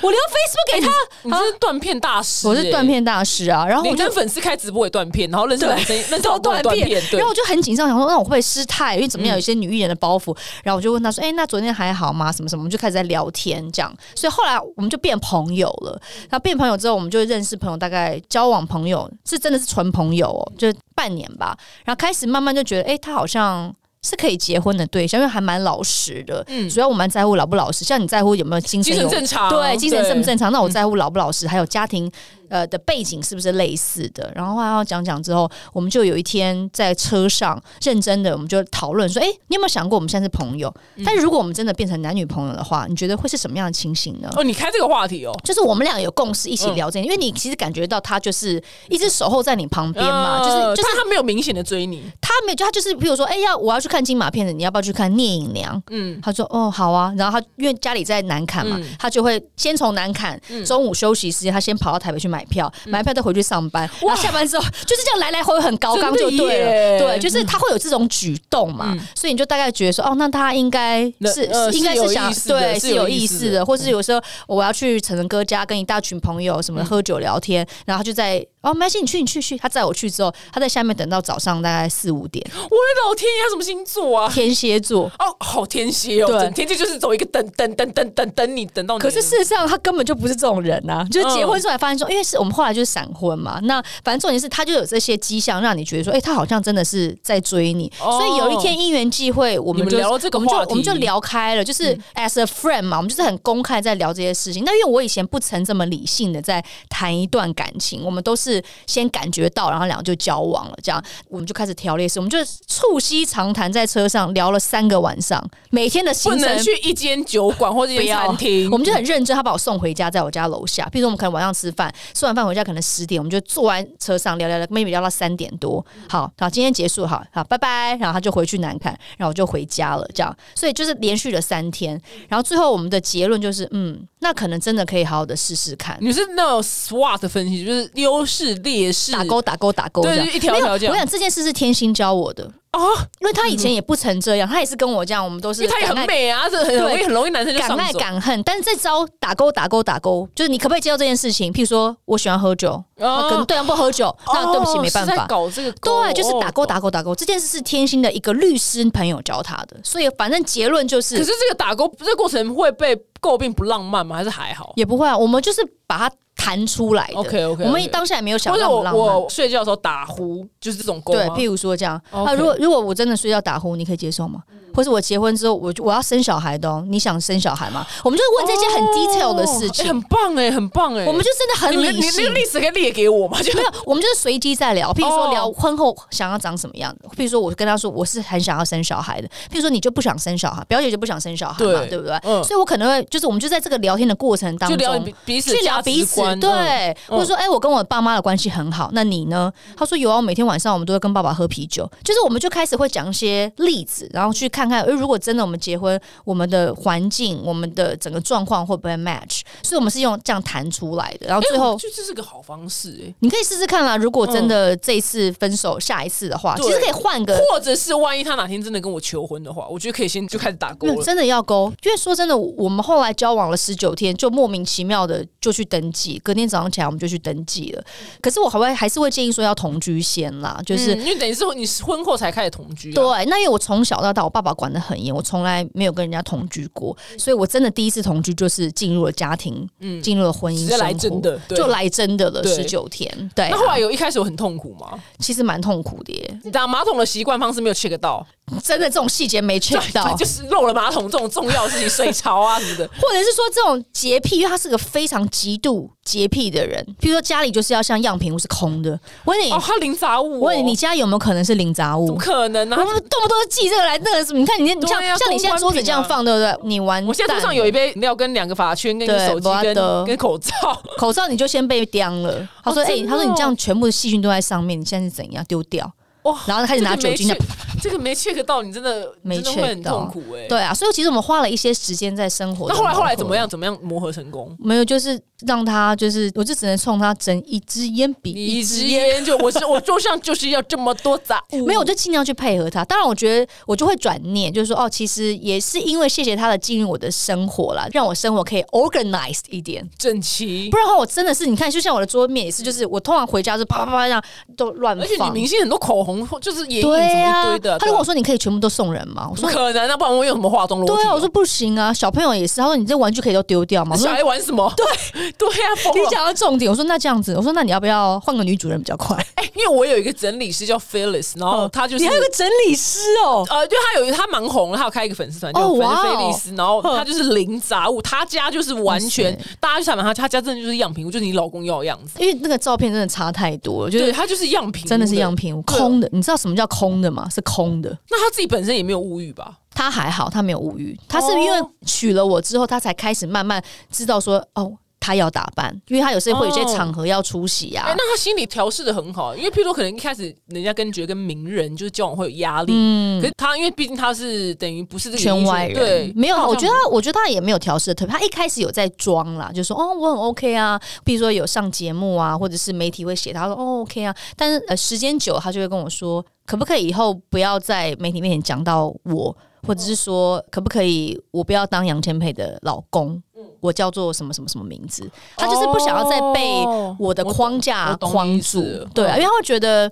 B: 我留 Facebook 给他？
C: 你真是断片大师、
B: 我是断。片大师啊！”然后
C: 你
B: 我就
C: 跟。粉丝开直播也断片，然后认识男生，认识老公也断片，对
B: 然后，我就很紧张，想说那我会不会失态？因为怎么样，有一些女艺人的包袱。然后我就问他说：“哎、那昨天还好吗？什么什么？”我们就开始在聊天这样。所以后来我们就变朋友了。然后变朋友之后，我们就认识朋友，大概交往朋友是真的是纯朋友哦，就是半年吧。然后开始慢慢就觉得，哎、他好像是可以结婚的对象，因为还蛮老实的。
C: 嗯
B: 主要我蛮在乎老不老实，像你在乎有没有精
C: 精
B: 神有
C: 神正常，啊
B: 对，精神正不正常？那
C: 嗯
B: 我在乎老不老实，还有家庭呃的背景是不是类似的。然后后来要讲讲之后，我们就有一天在车上认真的，我们就讨论说，哎、你有没有想过我们现在是朋友？
C: 嗯
B: 但是如果我们真的变成男女朋友的话，你觉得会是什么样的情形呢？
C: 哦，你开这个话题哦，
B: 就是我们俩有共识，一
C: 嗯
B: 起聊这件，因为你其实感觉到他就是一直守候在你旁边嘛，
C: 呃
B: 就是就是
C: 但他没有明显的追你，
B: 他没有，就他就是，比如说，哎、呀，我要去看金马片的，你要不要去看《聂隐娘》？
C: 嗯，
B: 他说哦好啊，然后他因为家里在南坎嘛，
C: 嗯
B: 他就会先从南坎、中午休息时间，他先跑到台北去买票，
C: 嗯
B: 买票再回去上班，然后下班之后就是这样来来回回很高刚就
C: 真的
B: 对
C: 耶嗯
B: 了，对，就是他会有这种举动嘛，所以你就大概觉得说哦，那他应该
C: 那
B: 是、
C: 呃
B: 是应该是想
C: 是有意思的
B: 对
C: 是
B: 是
C: 有
B: 有
C: 意
B: 意
C: 思
B: 思
C: 的嗯
B: 的，或是有时候我要去陈仁哥家跟一大群朋友什么的喝酒聊天，然后他就在哦没关系你去你去去，他载我去之后，他在下面等到早上大概四五点，
C: 我的老天爷，他什么星座啊？
B: 天蝎座。
C: 哦，好天蝎哦，
B: 对
C: 整天就就是走一个等等等等等等你等到你。
B: 可是事实上，他根本就不是这种人啊！就是结婚
C: 嗯
B: 之后才发现说，因为是我们后来就是闪婚嘛。那反正重点是，他就有这些迹象，让你觉得说，哎、他好像真的是在追你。
C: 哦
B: 所以有一天因缘际会，我们
C: 你们
B: 就
C: 聊了这个
B: 我们就
C: 话题嗯
B: 我们就聊开了，就是 as a friend 嘛，我们就是很公开在聊这些事情。那因为我以前不曾这么理性的在谈一段感情，我们都是先感觉到，然后两个就交往了，这样我们就开始条列式，我们就促膝长谈，在车上聊了三个晚上，每天的
C: 不
B: 行程
C: 能去一间酒馆或者一间餐厅，
B: 我们就很认真，他把我送回家，在我家楼下。譬如说，我们可能晚上吃饭，吃完饭回家可能十点，我们就坐完车上聊聊聊，maybe 聊到三点多。好，好，今天结束，好好，拜拜。然后他就回去南看，然后我就回家了，这样。所以就是连续了三天，然后最后我们的结论就是，嗯，那可能真的可以好好的试试看。
C: 你是那种 SWOT 分析，就是优势劣势
B: 打勾打勾打勾，
C: 对
B: 这样
C: 就一条一条
B: 没
C: 这样
B: 有我想这件事是天心教我的，
C: 啊，
B: 因为他以前也不曾这样，他也是跟我这样，我们都
C: 因
B: 是
C: 为她也
B: 敢爱
C: 很美啊，这很容易
B: 对
C: 很容易男生就
B: 敢
C: 上
B: 爱
C: 手。
B: 敢恨，但是这招打勾打勾打勾，就是你可不可以接受这件事情？譬如说我喜欢喝酒，
C: 哦
B: 那跟对方不喝酒，那对不起
C: 哦
B: 没办
C: 是在
B: 法。
C: 搞这个勾哦
B: 对，就是打勾。打勾打勾，这件事是天心的一个律师朋友教他的，所以反正结论就
C: 可
B: 是
C: 是这个打勾这个过程会被诟病不浪漫吗？还是还好？
B: 也不会啊，我们就是把它弹出来的。
C: OK，OK，OK
B: 我们当下也没有想
C: 或者
B: 到
C: 我
B: 很浪漫。
C: 我睡觉的时候打呼，就是这种勾
B: 对，
C: 吗
B: 譬如说这样，
C: OK 嗯
B: 啊，如果如果我真的睡觉打呼，你可以接受吗？或是我结婚之后，我就我要生小孩的哦，你想生小孩吗？我们就问这些很 detail 的事
C: 哦欸
B: 情，
C: 很棒哎，很棒哎。
B: 我们就真的很
C: 你们
B: 理
C: 你那
B: 性
C: 个。历史可以列给我吗？就
B: 没有，我们就是随机在聊，譬如
C: 哦
B: 说聊婚后想要长什么样子，譬如说我跟他说我是很想要生小孩的，譬如说你就不想生小孩，表姐就不想生小孩嘛，
C: 对
B: 对不对？
C: 嗯
B: 所以我可能会就是我们就在这个聊天的过程当
C: 就
B: 中
C: 聊彼彼此
B: 去聊
C: 价值
B: 彼此，
C: 观
B: 对，
C: 嗯
B: 或者说哎、我跟我爸妈的关系很好，那你呢？他说有啊，我每天晚上我们都会跟爸爸喝啤酒，就是我们就开始会讲一些例子，然后去看看，哎、如果真的我们结婚，我们的环境、我们的整个状况会不会 match？所以我们是用这样谈出来的，然后
C: 哎
B: 最
C: 我
B: 后。
C: 就这是个好方式哎。
B: 你可以试试看啦。如果真的这一次分手，下一次的话，
C: 嗯对
B: 其实可以换个。
C: 或者是万一他哪天真的跟我求婚的话，我觉得可以先就开始打勾
B: 没有
C: 了。
B: 真的要勾，因为说真的，我们后来交往了十九天，就莫名其妙的就去登记，隔天早上起来我们就去登记了。可是我还会还是会建议说要同居先啦，就是、
C: 嗯因为等于是你是婚后才开始同居、啊，
B: 对，那因为我从小到大，我爸爸管得很严，我从来没有跟人家同居过，所以我真的第一次同居就是进入了家庭，
C: 嗯
B: 进入了婚姻
C: 直接
B: 生活，
C: 来真的，对
B: 就。来真的了
C: 对
B: 十九天。对啊、
C: 那后来有一开始我很痛苦吗？
B: 其实蛮痛苦的耶，
C: 打马桶的习惯方式没有 check 到，
B: 真的这种细节 没 check 到
C: 对，就是漏了马桶这种重要的事情，水槽啊什 么的。
B: 或者是说这种洁癖，因为他是个非常极度洁癖的人。譬如说家里就是要像样品屋是空的，我问你，
C: 哦，他零杂物、哦，
B: 我问你，你家有没有可能是零杂
C: 怎
B: 物
C: 么？可能啊呢、
B: 我们动不动就记这个来那个什么？你看你那，你像
C: 对啊
B: 像你现在桌子这样放，对不对？你玩蛋，
C: 我现在桌上有一杯饮料，跟两个发圈，跟一个
B: 对
C: 手机，
B: 没
C: 跟
B: 得
C: 跟口罩。
B: 口罩，你就先被叼了。他说：“
C: 哦
B: 哎
C: 真，的哦
B: 他说你这样全部的细菌都在上面，你现在是怎样丢掉？”
C: 哇
B: 然后开始拿酒精
C: 这
B: 的
C: 个没 check- 这个没 check 到，你真的
B: 没
C: 真的会
B: check
C: 很
B: 到
C: 痛苦哎、欸。
B: 对啊，所以其实我们花了一些时间在生活。
C: 那后来后来怎么？样？怎么样磨合成功？
B: 没有，就是让他，就是我就只能冲他整一支烟比
C: 你一
B: 一
C: 支
B: 支
C: 烟就我是我桌上就是要这么多 杂物，
B: 没有，我就尽量去配合他。当然，我觉得我就会转念，就是说，哦，其实也是因为谢谢他的经营我的生活啦，让我生活可以 organized 一点。
C: 整齐
B: 不。然的话，我真的是你看，就像我的桌面也是，就是我通常回家是啪啪啪这样都乱
C: 而且你
B: 放。
C: 明星很多口红，或就是眼影什
B: 对
C: 么
B: 啊
C: 一堆的、的，
B: 他就跟我说：“你可以全部都送人吗？”我
C: 不
B: 说
C: 可能，那啊不然我用什么化妆：“裸体哦？
B: 对啊，我说不行啊，小朋友也是。”他说：“你这玩具可以都丢掉吗？”我说
C: 小孩玩什么？对 对啊呀、疯
B: 你
C: 了！
B: 讲到重点，我说那这样子，我说那你要不要换个女主人比较快？
C: 哎、因为我有一个整理师叫 Phyllis，然后他就
B: 哦
C: 是、
B: 你还有个整理师哦，
C: 呃，就他有他蛮红了，他有开一个粉丝团叫
B: 哦
C: 菲
B: 哇哦
C: 菲利斯，然后他就是零杂物，他家就是完全
B: 哇
C: 大家去采访他，他家真的就是样品屋，就是你老公要的样子，
B: 因为那个照片真的差太多了，就
C: 对，
B: 是
C: 他就是样品，
B: 真的是样。品
C: 对
B: 空的。你知道什么叫空的吗？是空的。
C: 那他自己本身也没有物欲吧？
B: 他还好，他没有物欲，他是
C: 哦
B: 因为娶了我之后，他才开始慢慢知道说哦。他要打扮，因为他有时候会有一些
C: 哦
B: 场合要出席啊
C: 哎、。那他心理调试的很好，因为譬如说可能一开始人家跟觉得跟名人就是交往会有压力，可是他因为毕竟他是等于不是这个
B: 圈
C: 演艺
B: 嗯
C: 圈
B: 外人
C: 对，
B: 没有
C: 他
B: 啦，
C: 好
B: 我
C: 像
B: 觉得他我觉得他也没有调试的特别，他一开始有在装啦，就说哦我很 OK 啊，比如说有上节目啊，或者是媒体会写他说哦 OK 啊，但是呃时间久了他就会跟我说，可不可以以后不要在媒体面前讲到我，或者是说可不可以我不要当杨千霈的老公，
C: 嗯
B: 我叫做什么什么什么名字，他就是不想要再被
C: 哦
B: 我的
C: 懂
B: 框架
C: 哦我懂
B: 框
C: 你意思
B: 住
C: 了，
B: 对啊，
C: 嗯
B: 因为他会觉得。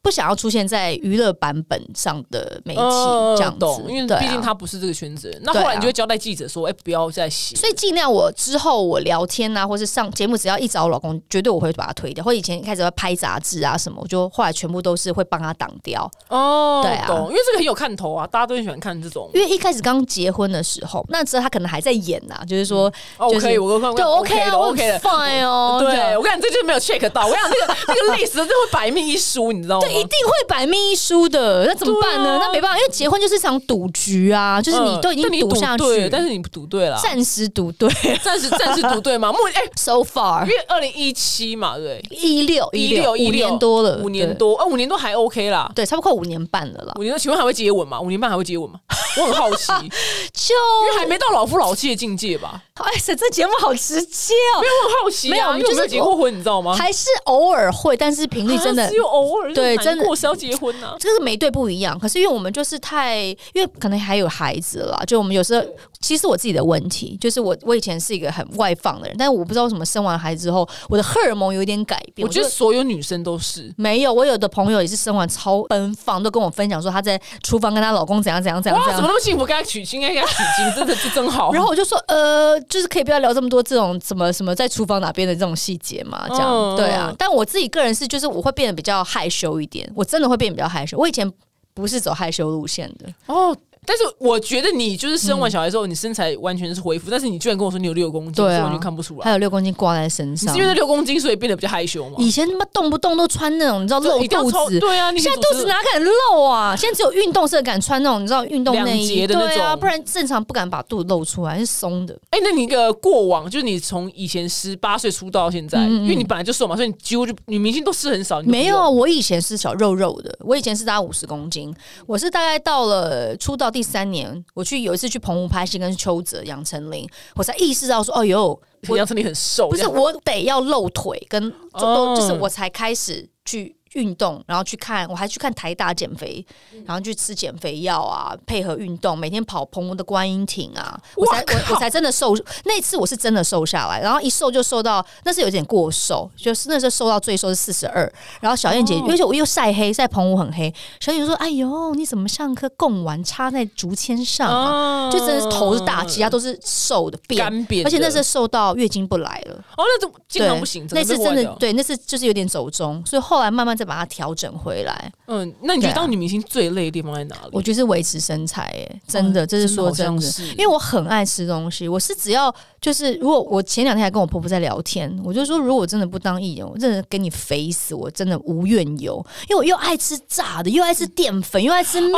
B: 不想要出现在娱乐版本上的媒体
C: 嗯
B: 这样子，
C: 懂因为
B: 对啊
C: 毕竟他不是这个圈子人。那
B: 对啊
C: 后来你就会交代记者说，哎、不要再写。
B: 所以尽量我之后我聊天啊，或是上节目，只要一找我老公，绝对我会把他推掉。或以前一开始要拍杂志啊什么，我就后来全部都是会帮他挡掉。
C: 哦，
B: 对啊
C: 懂，因为这个很有看头啊，大家都很喜欢看这种。
B: 因为一开始刚结婚的时候，那时候他可能还在演呐、就是说，
C: 哦，
B: 就是
C: 可以，我看
B: 对 OK
C: 的
B: 啊我很
C: ，OK 的。
B: ，fine 哦，这样
C: 对，我跟你讲，这就是没有 check 到。我跟你讲， 这个这个 list 真的会百命一疏，你知道吗
B: 对，？一定会百命一疏的。那怎么办
C: 对
B: 呢？
C: 啊
B: 那没办法，因为结婚就是一场赌局啊，就是你
C: 嗯
B: 都已
C: 但你
B: 经赌下
C: 对
B: 去，啊
C: 但是你赌对了，
B: 暂时赌对
C: 暂时暂时赌对嘛？目哎，
B: ，so
C: 因
B: far
C: 为二零一七嘛，对，
B: 一六
C: 一
B: 五
C: 六
B: 年多了，
C: 五年
B: 对
C: 多，啊，五年多还 OK 啦。
B: 对，差不多快五年半了啦，
C: 五年多，请问还会接吻吗？五年半还会接 吻吗？我很好奇，因
B: 就
C: 为还没到老夫老妻的境界吧？
B: 哎，这这节目好直接哦
C: 没。有，我很好奇、啊，
B: 没有
C: 因为我
B: 就是
C: 没有结过婚，你知道吗？啊
B: 还是偶尔会，但是频率真的
C: 啊、只有偶尔，
B: 对真的
C: 我是要结婚啊呐、
B: 这个是每对不一样，可是因为我们就是太，因为可能还有孩子啦，就我们有时候其实我自己的问题，就是我我以前是一个很外放的人，但是我不知道为什么生完孩子之后，我的荷尔蒙有一点改变。
C: 我觉得
B: 就
C: 所有女生都是。
B: 没有，我有的朋友也是生完超奔放，都跟我分享说她在厨房跟她老公怎样怎样怎样
C: 哇，
B: 怎
C: 怎
B: 样。
C: 么那么幸福？该取经，该该取经，真的是真好。
B: 然后我就说，呃，就是可以不要聊这么多这种什么什么在厨房哪边的这种细节嘛，这样、
C: 嗯
B: 对啊
C: 嗯。
B: 但我自己个人是，就是我会变得比较害羞一点，我真的会变得比较害羞。我以前不是走害羞路线的，
C: 哦，但是我觉得你就是生完小孩之后，你身材完全是恢复，但是你居然跟我说你有六公斤，
B: 对啊
C: 所以我就看不出来。
B: 还有六公斤挂在身
C: 你
B: 上
C: 是因。为这六公斤，所以变得比较害羞吗？
B: 以前他妈动不动都穿那种你知道
C: 就
B: 露
C: 一定要
B: 肚
C: 超
B: 子，
C: 对啊，你
B: 现在肚子哪敢露啊？现在只有运动社敢穿那种你知道运动内
C: 两
B: 衣
C: 截的那种
B: 对啊，不然正常不敢把肚子露出来，是松的。
C: 哎、那你一个过往，就是你从以前十八岁出道到现在，
B: 嗯嗯
C: 因为你本来就瘦嘛，所以你几乎就女明星都吃很少，你都不
B: 没有，我以前是小肉肉的，我以前是大概五十公斤，我是大概到了出道第三年，我去有一次去澎湖拍戏，跟邱泽、杨丞琳，我才意识到说，哦哟，
C: 有，杨丞琳很瘦，
B: 不是
C: 这样
B: 我得要露腿，跟就都、
C: 哦
B: 就是我才开始去运动，然后去看，我还去看台大减肥，
C: 嗯
B: 然后去吃减肥药啊，配合运动，每天跑澎湖的观音亭啊，我才
C: 哇靠
B: 我我才真的瘦，那次我是真的瘦下来，然后一瘦就瘦到那是有点过瘦，就是那时候瘦到最瘦是四十二，然后小燕姐，
C: 哦
B: 而且我又晒黑，晒澎湖很黑，小燕姐说：“哎呦，你怎么像颗贡丸插在竹签上啊？”
C: 啊
B: 就真的是头是大，其他都是瘦的扁
C: 干瘪的，
B: 而且那时候瘦到月经不来了，
C: 哦，那种经常
B: 对
C: 不行，
B: 那次真
C: 整个被
B: 的
C: 换掉
B: 对，那次就是有点走中，所以后来慢慢再把它调整回来。
C: 嗯，那你觉得
B: 对啊
C: 当女明星最累的地方在哪里？
B: 我觉得是维持身材、哎，真的，这是说真的。
C: 因
B: 因为我很爱吃东西，我是只要就是，如果我前两天还跟我婆婆在聊天，我就说，如果我真的不当艺人，我真的跟你肥死，我真的无怨尤，因为我又爱吃炸的，又爱吃淀粉，又爱吃面，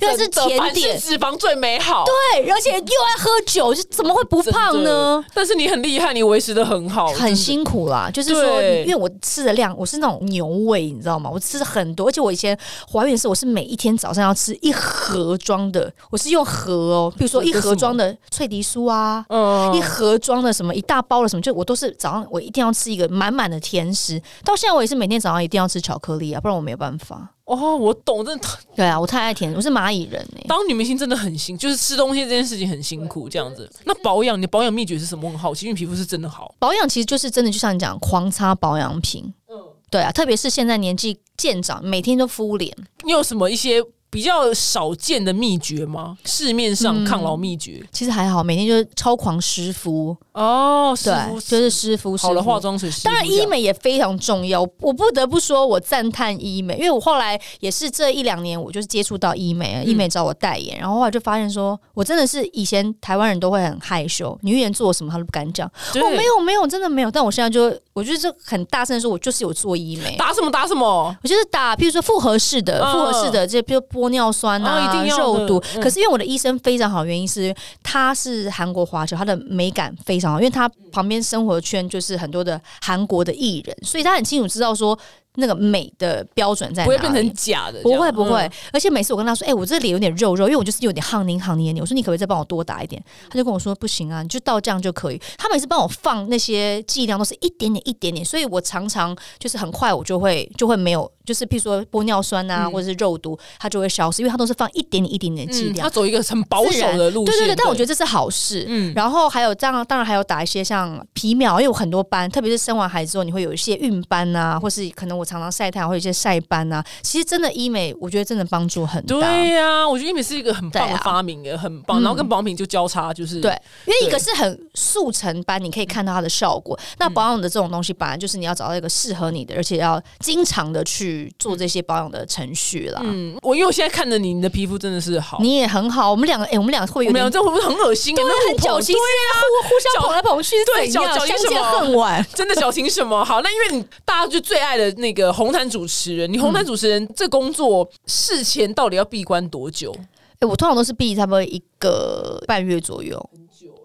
B: 又爱吃甜点，
C: 脂肪最美好。
B: 对，而且又爱喝酒，就怎么会不胖呢？
C: 真的？但是你很厉害，你维持的很好，
B: 很
C: 真的。
B: 辛苦啦，就是说
C: 对，
B: 因为我吃的量，我是那种牛胃，你知道吗？我吃的很多，而且我以前怀孕的时候，我是每一天早上要吃一盒装的，我是用盒哦，比如说
C: 这
B: 一
C: 这是
B: 盒装的脆迪酥啊，一
C: 嗯，
B: 盒装的什么一大包的什么，就我都是早上我一定要吃一个满满的甜食。到现在我也是每天早上一定要吃巧克力啊，不然我没有办法。
C: 哦，我懂，真的
B: 对啊，我太爱甜，我是蚂蚁人哎、
C: 当女明星真的很辛，就是吃东西这件事情很辛苦，这样子。那保养，你保养秘诀是什么？我很好奇，因为皮肤是真的好。
B: 保养其实就是真的，就像你讲，狂擦保养嗯品。对啊，特别是现在年纪渐长，每天都敷脸。
C: 你有什么一些比较少见的秘诀吗？市面
B: 嗯
C: 上抗老秘诀？
B: 其实还好，每天就是超狂湿敷，
C: 哦，是
B: 对，就是湿敷。
C: 好了，
B: 湿敷
C: 化妆水师傅这
B: 当
C: 样，
B: 然，医美也非常重要。我不得不说，我赞叹医美，因为我后来也是这一两年，我就是接触到医美，
C: 嗯
B: 医美找我代言，然后后来就发现说，我真的是以前台湾人都会很害羞，女艺人做什么她都不敢讲。
C: 对
B: 我、没有，没有，真的没有。但我现在就，我就是很大声地说，我就是有做医美。
C: 打什么打什么，
B: 我就是打，譬如说复合式的、
C: 嗯
B: 复合式的，这比如玻尿酸啊、
C: 哦一定要的
B: 肉毒。
C: 嗯
B: 可是因为我的医生非常好，原因是因为他是韩国华侨，他的美感非常好，因为他旁边生活圈就是很多的韩国的艺人，所以他很清楚知道说那个美的标准在
C: 不
B: 哪
C: 会
B: 里。
C: 变成假的，
B: 不会
C: 这
B: 不
C: 样嗯
B: 会，，而且每次我跟他说，哎、我这脸有点肉肉，因为我就是有点汗凝汗凝的脸。我说你可不可以再帮我多打一点？他就跟我说不行啊，你就到这样就可以。他每次帮我放那些剂量都是一点点一点点，所以我常常就是很快我就会就会没有，就是譬如说玻尿酸啊、
C: 嗯
B: 或者是肉毒，它就会消失，因为它都是放一点点一点点的剂
C: 嗯，
B: 量。
C: 他走一个很保
B: 自
C: 守
B: 然
C: 的路
B: 对
C: 线，
B: 对对，但我觉得这是好事。
C: 嗯
B: 嗯，然后还有这样，当然还有打一些像皮秒，因为有很多斑，特别是生完孩子之后，你会有一些孕斑啊，或是可能我常常晒太阳会有一些晒斑啊。其实真的医美，我觉得真的帮助很大。
C: 对呀、我觉得医美是一个很棒
B: 对
C: 的
B: 啊
C: 发明耶，很棒。然后跟保养品就交叉，就是
B: 对，因为一
C: 对嗯
B: 个是很速成斑，你可以看到它的效果。那保养的这种东西，本来就是你要找到一个适合你的，而且要经常的去做这些保养的程序啦。
C: 嗯，我因为我现在看着你，你的皮肤真的是好。
B: 你也很好，我们两个，哎、我们俩会不会
C: 我
B: 有
C: 们俩
B: 点
C: 这会不会很恶心啊？
B: 对
C: 那
B: 很
C: 互捧
B: 矫情，互互相
C: 矫
B: 捧来捧去，
C: 对
B: 是怎样
C: 矫矫情
B: 相
C: 什
B: 见
C: 么
B: 恨晚。
C: 真的小情什么？好，那因为你大家就最爱的那个红毯主持人，你红毯主持人这工作事前到底要闭关多久？
B: 哎、我通常都是闭差不多一个半月左右。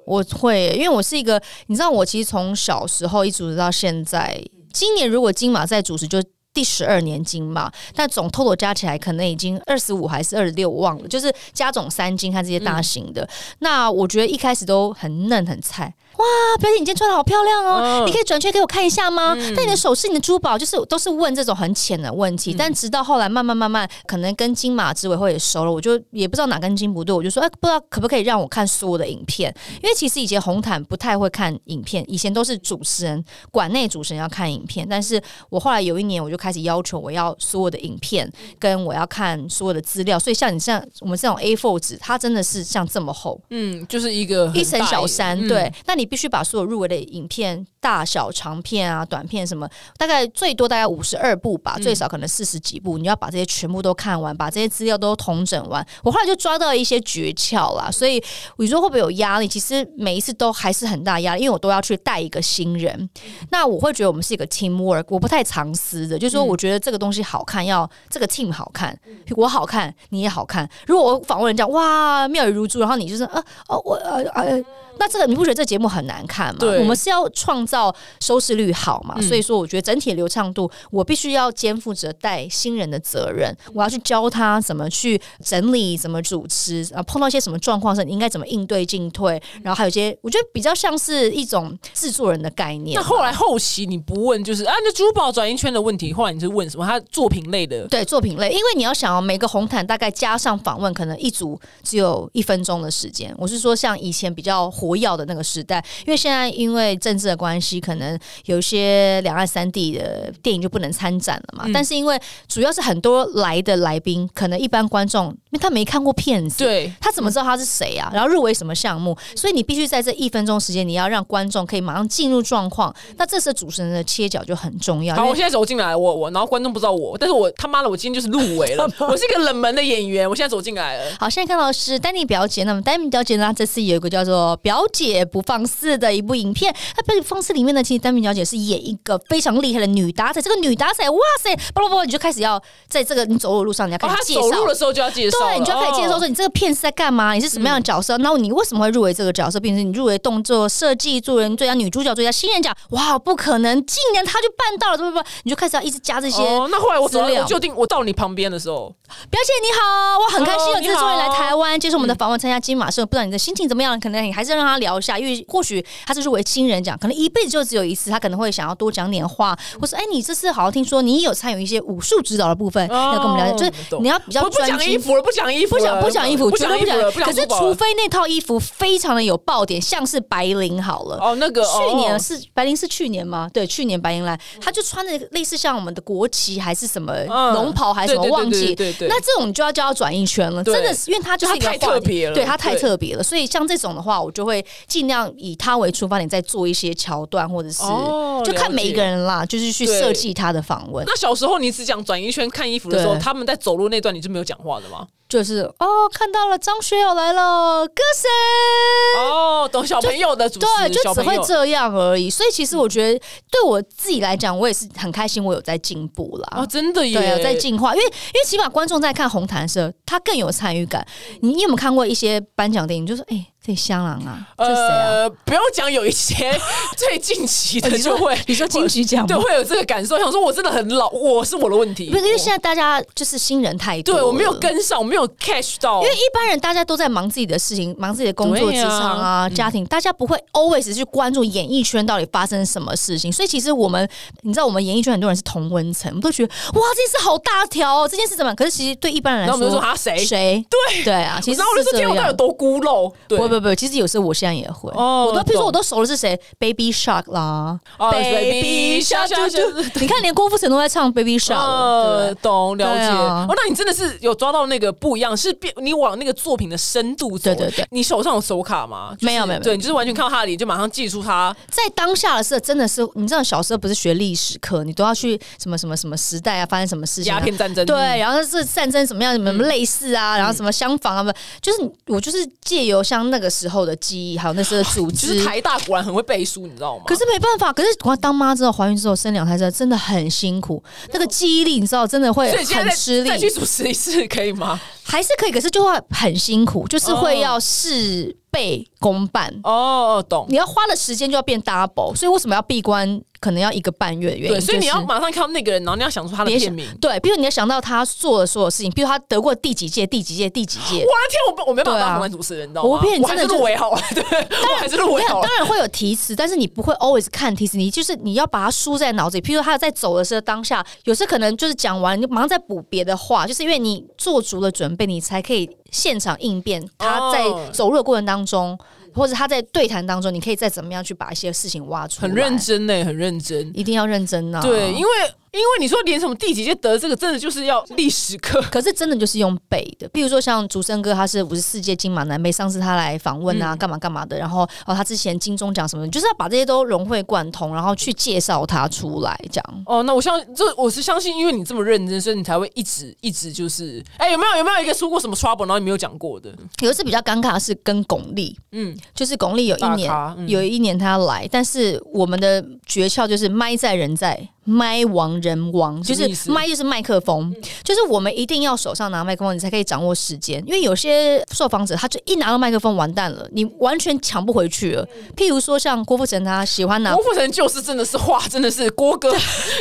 B: 我会，因为我是一个，你知道，我其实从小时候一直主持到现在，今年如果金马再主持就。第十二年金马，但总 total 加起来可能已经二十五还是二十六，忘了，就是加总三金和这些大型的。那我觉得一开始都很嫩很菜，哇，啊表姐你今天穿的好漂亮哦，
C: 嗯
B: 你可以转圈给我看一下吗？那、你的首饰、你的珠宝，就是都是问这种很浅的问题。但直到后来慢慢慢慢，可能跟金马执委会也熟了，我就也不知道哪根筋不对，我就说，哎、不知道可不可以让我看所有的影片？因为其实以前红毯不太会看影片，以前都是主持人馆内主持人要看影片，但是我后来有一年我就开始要求我要所有的影片，跟我要看所有的资料，所以像你像我们这种 A4 纸，它真的是像这么厚，
C: 嗯，就是一个很大
B: 一层小山，
C: 嗯
B: 对，那你必须把所有入围的影片、大小长片啊、短片什么，大概最多大概五十二部吧，
C: 嗯
B: 最少可能四十几部，你要把这些全部都看完，把这些资料都统整完。我后来就抓到一些诀窍啦，所以你说会不会有压力？其实每一次都还是很大压力，因为我都要去带一个新人，那我会觉得我们是一个 teamwork，我不太藏私的，就是说我觉得这个东西好看，要这个 team 好看，我好看，你也好看。如果我访问人家，哇，妙语如珠，然后你就是啊哦我呃呃，那这个你不觉得这节目很难看吗？
C: 对
B: 我们是要创造收视率好嘛，所以说我觉得整体流畅度，我必须要肩负着带新人的责任，我要去教他怎么去整理、怎么主持啊，碰到一些什么状况的时候，你应该怎么应对进退，然后还有一些，我觉得比较像是一种制作人的概念
C: 那。后来后期你不问就是啊，那珠宝转一圈的问题，后来你是问什么？他作品类的，
B: 对作品类，因为你要想哦，每个红毯大概加上访问，可能一组只有一分钟的时间。我是说，像以前比较活跃的那个时代，因为现在因为政治的关系，可能有一些两岸三地的电影就不能参展了嘛。但是因为主要是很多来的来宾，可能一般观众因为他没看过片子，
C: 对，
B: 他怎么知道他是谁啊？然后入围什么项目？所以你必须在这一分钟时间，你要让观众可以马上进入状况。那这时候主持人的切角就很重要。
C: 好，
B: 因
C: 我
B: 为
C: 现在走进来，我我，然后观众不知道我，但是我他妈的，我今天就是入围了， 我是一个冷门的演员，我现在走进来了。
B: 好，现在看到的是丹尼表姐。那么丹尼表姐呢，她这次有一个叫做《表姐不放肆》的一部影片。那《表姐不放肆》里面呢，其实丹尼表姐是演一个非常厉害的女打仔。这个女打仔，哇塞，巴拉巴拉，你就开始要在这个你走路的路上，你要
C: 哦，
B: 开
C: 他
B: 始介
C: 走
B: 绍。
C: 路的时候就要介绍了，
B: 对，你就要开始介绍
C: 哦
B: 说你这个片是在干嘛，你是什么样的角色，然后你为什么会入围这个角色，并且你入围动作设计、助人最佳女主角、最佳新人奖，哇，不可能，竟然她就办到了，对不对？你就开始要一直加这些。
C: 哦，那后来我走到，
B: 资料
C: 我就定我到你旁边的时候，
B: 表姐你好，我很开心有
C: Hello，
B: 这次终于来
C: 你好
B: 台湾接受我们的访问，参加金马社，不知道你的心情怎么样？可能你还是让她聊一下，因为或或许他这是为新人奖，可能一辈子就只有一次，他可能会想要多讲点话，或是哎、你这次好像听说你有参与一些武术指导的部分，
C: 哦
B: 要跟我们聊，就是
C: 懂
B: 你要比较
C: 我不
B: 专
C: 讲衣
B: 心。
C: 服了，不讲衣服
B: 不
C: 了，
B: 讲不讲衣服，
C: 不
B: 绝
C: 讲
B: 对不
C: 衣服
B: 讲
C: 了，不。讲
B: 可是
C: 珠宝
B: 除
C: 了
B: 非那套衣服非常的有爆点，像是白灵好了。
C: 哦那个
B: 去年
C: 哦
B: 是白灵是去年吗？对，去年白灵来，他就穿的类似像我们的国旗还是什么
C: 嗯
B: 龙袍还是什么，
C: 对对对
B: 忘记。
C: 对对对
B: 那这种你就要叫他转一圈了，
C: 对
B: 真的是，因为他就是一个
C: 他太
B: 话题
C: 特别了
B: 对他太
C: 对
B: 特别了。所以像这种的话，我就会尽量以他为出发点，再做一些桥段或者是
C: 哦
B: 就看
C: 了解
B: 每一个人啦，就是去
C: 对
B: 设计他的访问。
C: 那小时候你只讲转一圈看衣服的时候，
B: 对
C: 他们在走路那段你是没有讲话的吗？
B: 就是哦，看到了张学友来了，歌神。
C: 哦，懂小朋友的主持，
B: 对，就
C: 小
B: 只
C: 朋
B: 会
C: 友
B: 这样而已。所以其实我觉得，对我自己来讲，我也是很开心，我有在进步啦。
C: 哦，真的耶，
B: 对，啊有在进化，因为因为起码观众在看红毯的时候，他更有参与感。你你有没有看过一些颁奖电影？就说，哎、这香囊啊，这谁啊？呃
C: 呃，不用讲，有一些 最近期的就会，
B: 你说金曲奖
C: 对，
B: 吗？
C: 会有这个感受。想说，我真的很老，我是我的问题。
B: 不是，因为现在大家就是新人太多，
C: 对我没有。跟上，我没有 catch 到。
B: 因为一般人大家都在忙自己的事情，忙自己的工作、
C: 对
B: 职
C: 啊
B: 场啊、家庭，大家不会 always 去关注演艺圈到底发生什么事情。所以其实我们，你知道，我们演艺圈很多人是同温层，我们都觉得哇，这件事好大条哦，这件事怎么样？可是其实对一般人来
C: 然后
B: 说，
C: 我们就说他谁？
B: 谁？对对啊，其实
C: 然后我就是
B: 这
C: 说，天，我到底有
B: 样。
C: 多孤陋？对，
B: 不不不，其实有时候我现在也会，
C: 哦
B: 我都譬如说
C: 懂
B: 我都熟了是谁，Baby Shark 啦
C: 哦，Baby Shark，
B: 嘟嘟
C: Shark，
B: 你看连郭富城都在唱 Baby Shark，了对
C: 呃，
B: 不对
C: 懂了
B: 对
C: 解。
B: 啊
C: 哦，那你真的是有抓到那个不一样，是变你往那个作品的深度走。
B: 对对对
C: 你手上有手卡吗？就是
B: 没有没有没有
C: 对，你就是完全看到他的脸，就马上记住他。
B: 在当下的时候，真的是你知道，小时候不是学历史课，你都要去什么什么什么时代啊，发生什么事情、
C: 鸦
B: 啊。
C: 片战争嗯
B: 对，然后是战争什么样，什么类似啊，然后什么相仿啊，不，就是你我就是借由像那个时候的记忆，还有那时候的组
C: 就
B: 织，
C: 是台大果然很会背书，你知道吗？
B: 可是没办法，可是我当妈之后，怀孕之后生两胎之后，真的很辛苦。那个记忆力，你知道，真的会
C: 所以现在
B: 很
C: 再
B: 吃力
C: 再，去主持一次可以 吗？
B: 还是可以，可是就会很辛苦，就是
C: 哦
B: 会要事倍功半。
C: 哦，懂。
B: 你要花的时间就要变 double，所以为什么要闭关？可能要一个半月的原因，
C: 对，所以你
B: 就
C: 要
B: 是
C: 马上看到那个人，然后你要想出他的
B: 别
C: 片
B: 想
C: 名。
B: 对，比如你要想到他做的所有事情，比如他得过第几届、第几届、第几届
C: 我，的天，我不我没办法
B: 对啊
C: 当红馆主持人，你知道吗？
B: 我不骗你
C: 我还是
B: 真的就
C: 入围好了，对，我还是入
B: 我
C: 围
B: 想
C: 好了。
B: 当然会有提词，但是你不会 always 看提词，你就是你要把它输在脑子里。譬如说他在走的时候，当下有时可能就是讲完，你就马上再补别的话，就是因为你做足了准备，你才可以现场应变。他在
C: 哦
B: 走路的过程当中，或者他在对谈当中，你可以再怎么样去把一些事情挖出来。
C: 很认，真呢、很认真。
B: 一定要认真啊！
C: 对，因为因为你说连什么第几届得这个，真的就是要历史课。
B: 可是真的就是用背的，比如说像竹生哥，他是五十四届金马南杯，上次他来访问
C: 嗯
B: 啊，干嘛干嘛的，然后哦，他之前金钟奖什么的，你就是要把这些都融会贯通，然后去介绍他出来，这样。
C: 哦，那我相这我是相信，因为你这么认真，所以你才会一直一直就是，哎、有没有有没有一个出过什么 trouble，然后你没有讲过的？
B: 有一次比较尴尬的是跟巩俐，
C: 嗯，
B: 就是巩俐有一年
C: 大咖嗯
B: 有一年她来，但是我们的诀窍就是麦在人在，麦王人王，
C: 什
B: 就
C: 么意思嗯
B: 是麦就是麦克风，就是我们一定要手上拿麦克风，你才可以掌握时间，因为有些受访者他就一拿到麦克风完蛋了，你完全抢不回去了。譬如说像郭富城，他喜欢拿
C: 嗯郭富城就是真的是话，真的是郭 哥，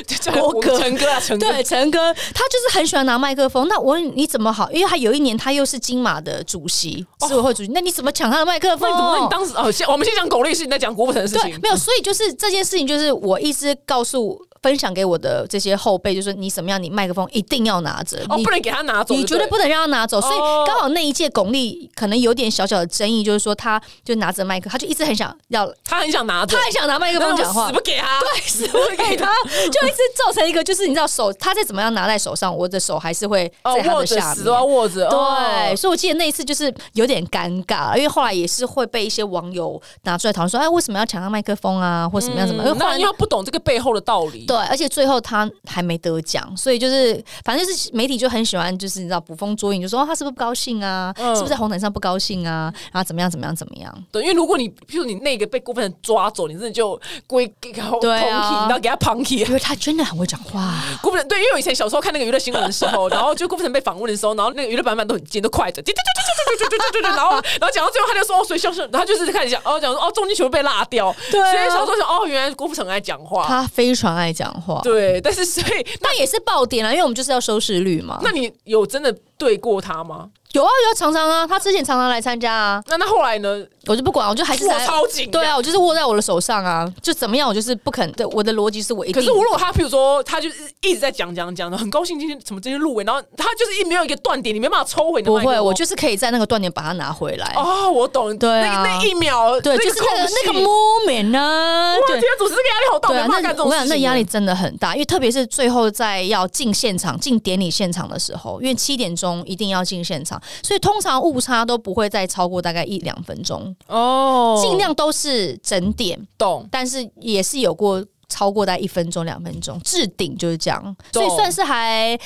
C: 就叫
B: 郭哥
C: 我 们陈哥啊，陈哥。
B: 对，陈哥他就是很喜欢拿麦克风。那我问你怎么好？因为他有一年他又是金马的主席，是委会主席，那你怎么抢他的麦克
C: 哦那
B: 风？
C: 你怎么会？你当时哦，先我们先讲巩俐的事情，再讲郭富城的事
B: 对
C: 情，。
B: 没有，所以就是这件事情，就是我一直告诉、分享给我的这些后辈，就是你怎么样，你麦克风一定要拿着，
C: 哦，
B: 你
C: 不能给他拿走，
B: 你绝对
C: 不
B: 不能让他拿走。所以
C: 哦
B: 刚好那一届巩俐可能有点小小的争议，就是说他就拿着麦克，他就一直很想要，
C: 他很想拿走
B: 他，很想拿麦克
C: 但
B: 风
C: 我
B: 讲话
C: 死。不给他，对，死 不
B: 给他。就一直造成一个，就是你知道手，他再怎么样拿在手上，我的手还是会
C: 哦，
B: 在他
C: 握
B: 的
C: 着
B: 下
C: 死
B: 面。
C: 都要握着，
B: 对，
C: 哦
B: 所以我记得那一次就是有点尴尬，因为后来也是会被一些网友拿出来讨论说，哎，为什么要抢他麦克风啊，或什么样什么样？因为后
C: 嗯那
B: 来
C: 你要不懂这个背后的道理。
B: 对，而且最后他还没得奖，所以就是反正就是媒体就很喜欢，就是你知道捕风捉影，就说、哦、他是不是不高兴啊，
C: 嗯
B: 是不是在红毯上不高兴啊，然后怎么样怎么样怎么样。
C: 对，因为如果你，譬如你那个被郭富城抓走，你真的就归给他
B: 对啊
C: punky，然后给他 punky。
B: 因为他真的很会讲话，
C: 郭富城对，因为我以前小时候看那个娱乐新闻的时候，然后就郭富城被访问的时候，然后那个娱乐版本都很尖，都快着，对对对对对对对对对，然后然后讲到最后他就说哦，所以像是，然后就是开始讲哦，讲说哦，重金属被落掉，
B: 对啊
C: 所以小时候想哦，原来郭富城很爱讲话，
B: 他非常爱讲话，
C: 对，但是所以
B: 啊但也是爆点啦，因为我们就是要收视率嘛。
C: 那你有真的对过他吗？
B: 有啊有啊，常常啊，他之前常常来参加啊，
C: 那那后来呢？
B: 我就不管，我就还是
C: 握
B: 在
C: 超紧，
B: 对。啊，我就是握在我的手上啊，就怎么样，我就是不肯。对，我的逻辑是我一
C: 可
B: 定。
C: 是如果他，譬如说，他就是一直在讲讲讲的，很高兴今天什么这些入围，然后他就是一没有一个断点，你没办法抽回你的
B: 不
C: 麦克风。
B: 会，我就是可以在那个断点把它拿回来。
C: 哦，我懂，
B: 哎对啊
C: 那那一秒，
B: 对，就是那个
C: 空隙
B: 那个 moment 啊，
C: 哇，
B: 对
C: 天。啊，主持这个压力好大，我
B: 对
C: 没
B: 啊，
C: 办法
B: 那
C: 干这
B: 我
C: 种
B: 跟你
C: 事
B: 讲，
C: 情。
B: 那压力真的很大，因为特别是最后在要进现场、进典礼现场的时候，因为七点钟一定要进现场，所以通常误差都不会再超过大概一两分钟，
C: 哦
B: 尽量都是整点，
C: 懂。
B: 但是也是有过超过大概一分钟、两分钟，置顶就是这样，所以
C: 懂
B: 算是还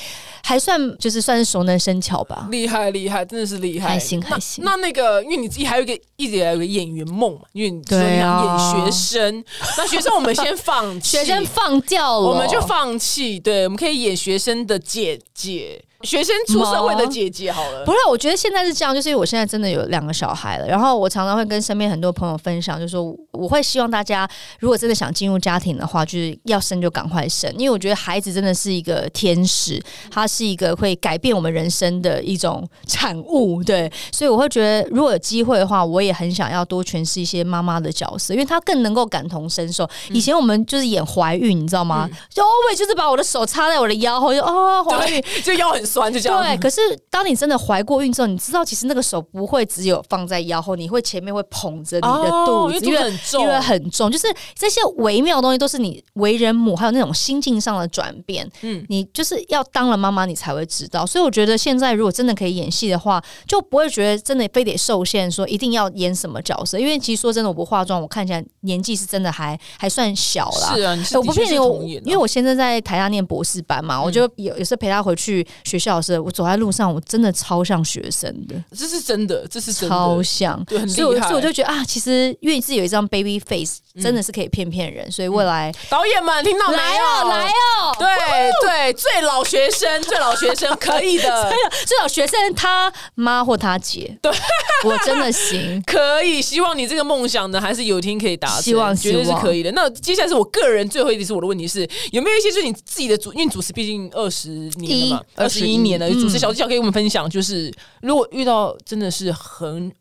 B: 还算就是算是熟能生巧吧。
C: 厉害厉害，真的是厉害，
B: 还行
C: 那
B: 还行
C: 那那个，因为你自己还有一个一直以来有一个演员梦嘛，因为你说你
B: 对啊
C: 想演学生，那学生我们先放弃，
B: 学生放掉了，
C: 我们就放弃，对，我们可以演学生的姐姐，学生出社会的姐姐好了
B: 不。是，我觉得现在是这样，就是因为我现在真的有两个小孩了，然后我常常会跟身边很多朋友分享，就是说我会希望大家如果真的想进入家庭的话，就是要生就赶快生，因为我觉得孩子真的是一个天使，他是一个会改变我们人生的一种产物，对，所以我会觉得如果有机会的话，我也很想要多诠释一些妈妈的角色，因为她更能够感同身受。以前我们就是演怀孕，你知道吗？就 always 就是把我的手插在我的腰后，就哦怀孕，
C: 对，就腰很酸，就这样。
B: 对，可是当你真的怀过孕之后，你知道其实那个手不会只有放在腰后，你会前面会捧着你的
C: 哦
B: 肚
C: 因
B: 子，
C: 为肚子很重
B: 因为很重，就是这些微妙的东西都是你为人母还有那种心境上的转变。
C: 嗯
B: 嗯，你就是要当了妈妈，你才会知道。所以我觉得现在如果真的可以演戏的话，就不会觉得真的非得受限，说一定要演什么角色。因为其实说真的，我不化妆，我看起来年纪是真的还还算小啦。
C: 是啊，你
B: 欸
C: 是
B: 我不
C: 的确
B: 骗
C: 是
B: 你，我
C: 童颜啊
B: 因为我先生在台大念博士班嘛，我就有有时候陪他回去学校的时候，我走在路上，我真的超像学生的，
C: 这是真的，这是真
B: 超
C: 的。
B: 像。
C: 对很厉
B: 所以我，
C: 害嗯
B: 所以我就觉得啊，其实因为自己有一张 baby face，真的是可以骗骗人。所以未来
C: 导演们听到没有？
B: 来哦，来哦，
C: 对对，最老学生，最老学生可以的，
B: 最好学生他妈或他 姐，对我真的行。
C: 可以，希望你这个梦想呢，还是有一天可以达成，
B: 希望
C: 绝对
B: 希
C: 是
B: 望
C: 可以的。那接下来是我个人最后一题是我的问题是，有没有一些就是你自己的主，因为主持毕竟二十年了嘛，
B: 一
C: 二十一年了，
B: 嗯
C: 主持小技巧可以跟我们分享，就是如果遇到真的是很。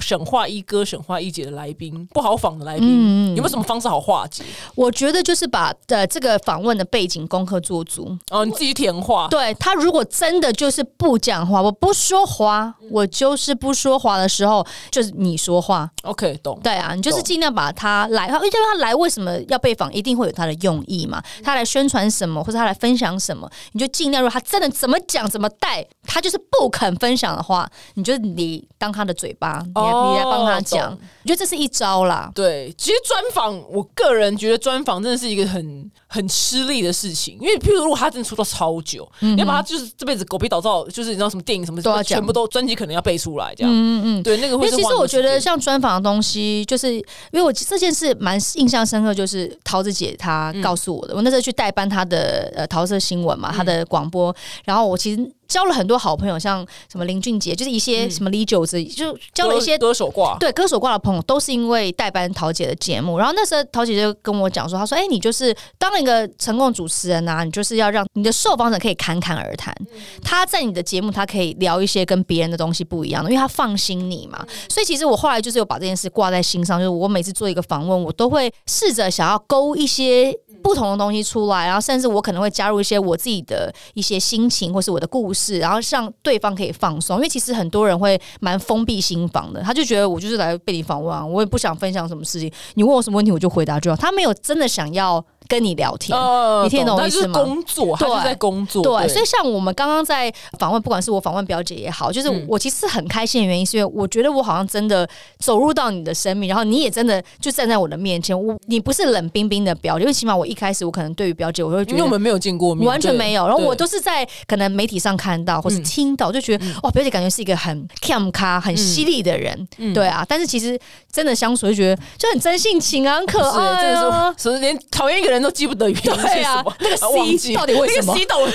C: 省话一哥、省话一姐的来宾，不好访的
B: 嗯
C: 来宾，有没有什么方式好化解？
B: 我觉得就是把呃这个访问的背景功课做足，
C: 哦，你自己填话，
B: 对他如果真的就是不讲话，我不说话，
C: 嗯
B: 我就是不说话的时候，就是你说话。
C: ，OK，懂。
B: 对啊，你就是
C: 懂
B: 尽量把他来，因为他来为什么要被访，一定会有他的用意嘛。他来宣传什么，或者他来分享什么，你就尽量，如果他真的怎么讲怎么带，他就是不肯分享的话，你就你当他的嘴巴，你来、
C: 哦
B: 你来帮他讲
C: 懂。
B: 我觉得这是一招啦。
C: 对，其实专访，我个人觉得专访真的是一个很很吃力的事情，因为譬如如果他真的出道超久，你要把他就是这辈子狗屁倒灶，就是你知道什么电影什么，
B: 嗯都要讲
C: 全部都专辑可能要背出来这样。嗯嗯，对，那个
B: 因
C: 会
B: 为
C: 是
B: 其实
C: 花很
B: 我
C: 多
B: 觉
C: 时
B: 得
C: 间
B: 像专访的东西，就是因为我这件事蛮印象深刻，就是桃子姐她
C: 嗯
B: 告诉我的。我那时候去代班她的呃桃色新闻嘛，她
C: 嗯
B: 的广播，然后我其实交了很多好朋友，像什么林俊杰，就是一
C: 嗯
B: 些什么李玖子，就交了一些
C: 多多手挂，
B: 对歌手挂的朋友，都是因为代班桃姐的节目。然后那时候桃姐就跟我讲说，她说：“哎、你就是当一个成功主持人啊，你就是要让你的受访者可以侃侃而谈。
C: 嗯
B: 他在你的节目，他可以聊一些跟别人的东西不一样的，因为他放心你嘛。所以其实我后来就是有把这件事挂在心上，就是我每次做一个访问，我都会试着想要勾一些。”不同的东西出来，然后甚至我可能会加入一些我自己的一些心情或是我的故事，然后让对方可以放松。因为其实很多人会蛮封闭心房的，他就觉得我就是来被你访问啊，我也不想分享什么事情，你问我什么问题我就回答就好，他没你有真的想要跟你聊天。
C: 呃
B: 你听得懂我
C: 他
B: 意
C: 就是
B: 思吗
C: 工作，他就是
B: 对
C: 在工作，
B: 对，所以像我们刚刚在访问，不管是我访问表姐也好，就是
C: 嗯
B: 我其实很开心的原因，是因为我觉得我好像真的走入到你的生命，然后你也真的就站在我的面前，我你不是冷冰冰的表姐，因为起码我一开始我可能对于表姐，我会觉
C: 因为
B: 得
C: 我们没有见过面，
B: 完全
C: 对
B: 没有。然后我
C: 对
B: 都是在可能媒体上看到或是
C: 嗯
B: 听到，就觉得、哇，表姐感觉是一个很 cam 咖、很犀利的人，
C: 嗯
B: 对啊。但是其实真的相处就觉得就很真性情啊，很可
C: 是，
B: 爱、
C: 真的是
B: 啊
C: 我，。所以连讨厌一个人都记不得原因是
B: 对啊
C: 什么，
B: 那个
C: 啊忘
B: C
C: 记
B: 到底为什么
C: 那个 C 到我，对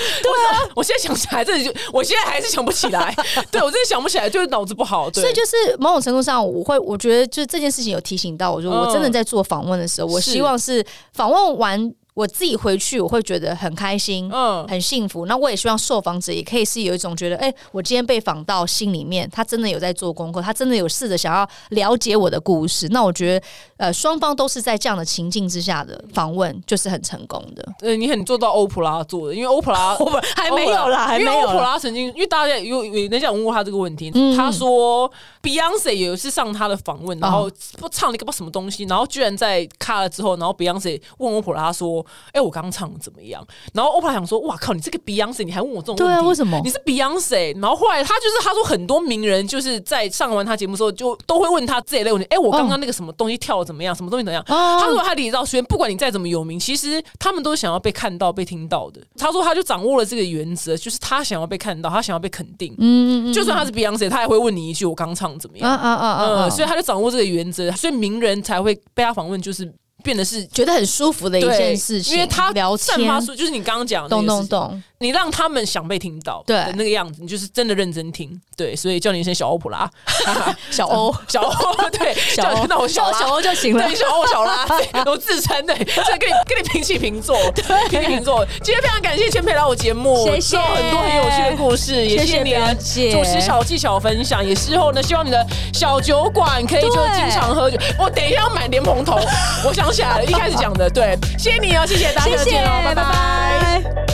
C: 啊，我现在想起来，真的就，我现在还是想不起 来，对我真的想不起来，就是脑子不好，对，
B: 所以就是某种程度上，我会我觉得就是这件事情有提醒到我，说
C: 嗯
B: 我真的在做访问的时候，我
C: 是
B: 希望是访问完。我自己回去我会觉得很开心，
C: 嗯
B: 很幸福。那我也希望受访者也可以是有一种觉得，哎、我今天被访到，心里面他真的有在做功课，他真的有试着想要了解我的故事。那我觉得，呃，双方都是在这样的情境之下的访问，就是很成功的。
C: 呃，你很做到欧普拉做的，因为欧 普拉
B: 我们还没有啦，还没
C: 因为
B: 有
C: 欧普
B: 啦。
C: 拉曾经，因为大家有有人想问过他这个问题，
B: 嗯
C: 他说 Beyonce 有一次上他的访问，然后
B: 哦
C: 不唱了一个不知道什么东西，然后居然在卡了之后，然后 Beyonce 问欧普拉说：“哎、我刚刚唱的怎么样？”然后欧普拉想说：“哇靠，你这个 Beyonce 你还问我这种问题？
B: 对啊为什么
C: 你是 Beyonce？” 然后后来他就是他说很多名人就是在上完他节目之后，就都会问他这一类问题：“哎、我刚刚那个什么东西跳的怎么样？什么东 西怎么样？”
B: 哦
C: 他说他理到轩，不管你再怎么有名，其实他们都是想要被看到、被听到的。他说他就掌握了这个原则，就是他想要被看到，他想要被肯定。
B: 嗯嗯
C: 就算他是 Beyonce，他也会问你一句：“我刚唱得怎么
B: 嗯啊
C: 样
B: 啊啊？”啊
C: 嗯，
B: 啊！
C: 所以他就掌握这个原则，所以名人才会被他访问，就是变得是
B: 觉得很舒服的一件事情，
C: 因为他
B: 聊
C: 散
B: 天
C: 发，出就是你刚刚讲的那
B: 懂
C: 个事
B: 懂
C: 情，
B: 懂。
C: 你让他们想被听到
B: 对
C: 的那个样子，你就是真的认真听。对，所以叫你一声小欧普拉，
B: 小欧，
C: 小欧，对，
B: 小
C: 叫
B: 欧，
C: 那我小
B: 叫
C: 拉
B: 小啊哦欧就行了
C: 啊对，。小欧小 拉，对我自称对，这跟你跟你平起 平坐，平起平坐。今天非常感谢千培来我节目，
B: 谢谢
C: 知道很多很有趣的故事，
B: 谢
C: 也谢
B: 谢
C: 你的
B: 表姐
C: 主持小技巧分享，也事后呢，希望你的小酒馆可以就
B: 对
C: 经常喝酒。我等一下要买莲蓬头，我想起来了，一开始讲的，对，谢谢你哦，谢谢大家，
B: 谢
C: 再
B: 谢，
C: 见哦，拜
B: 拜
C: 拜。
B: 拜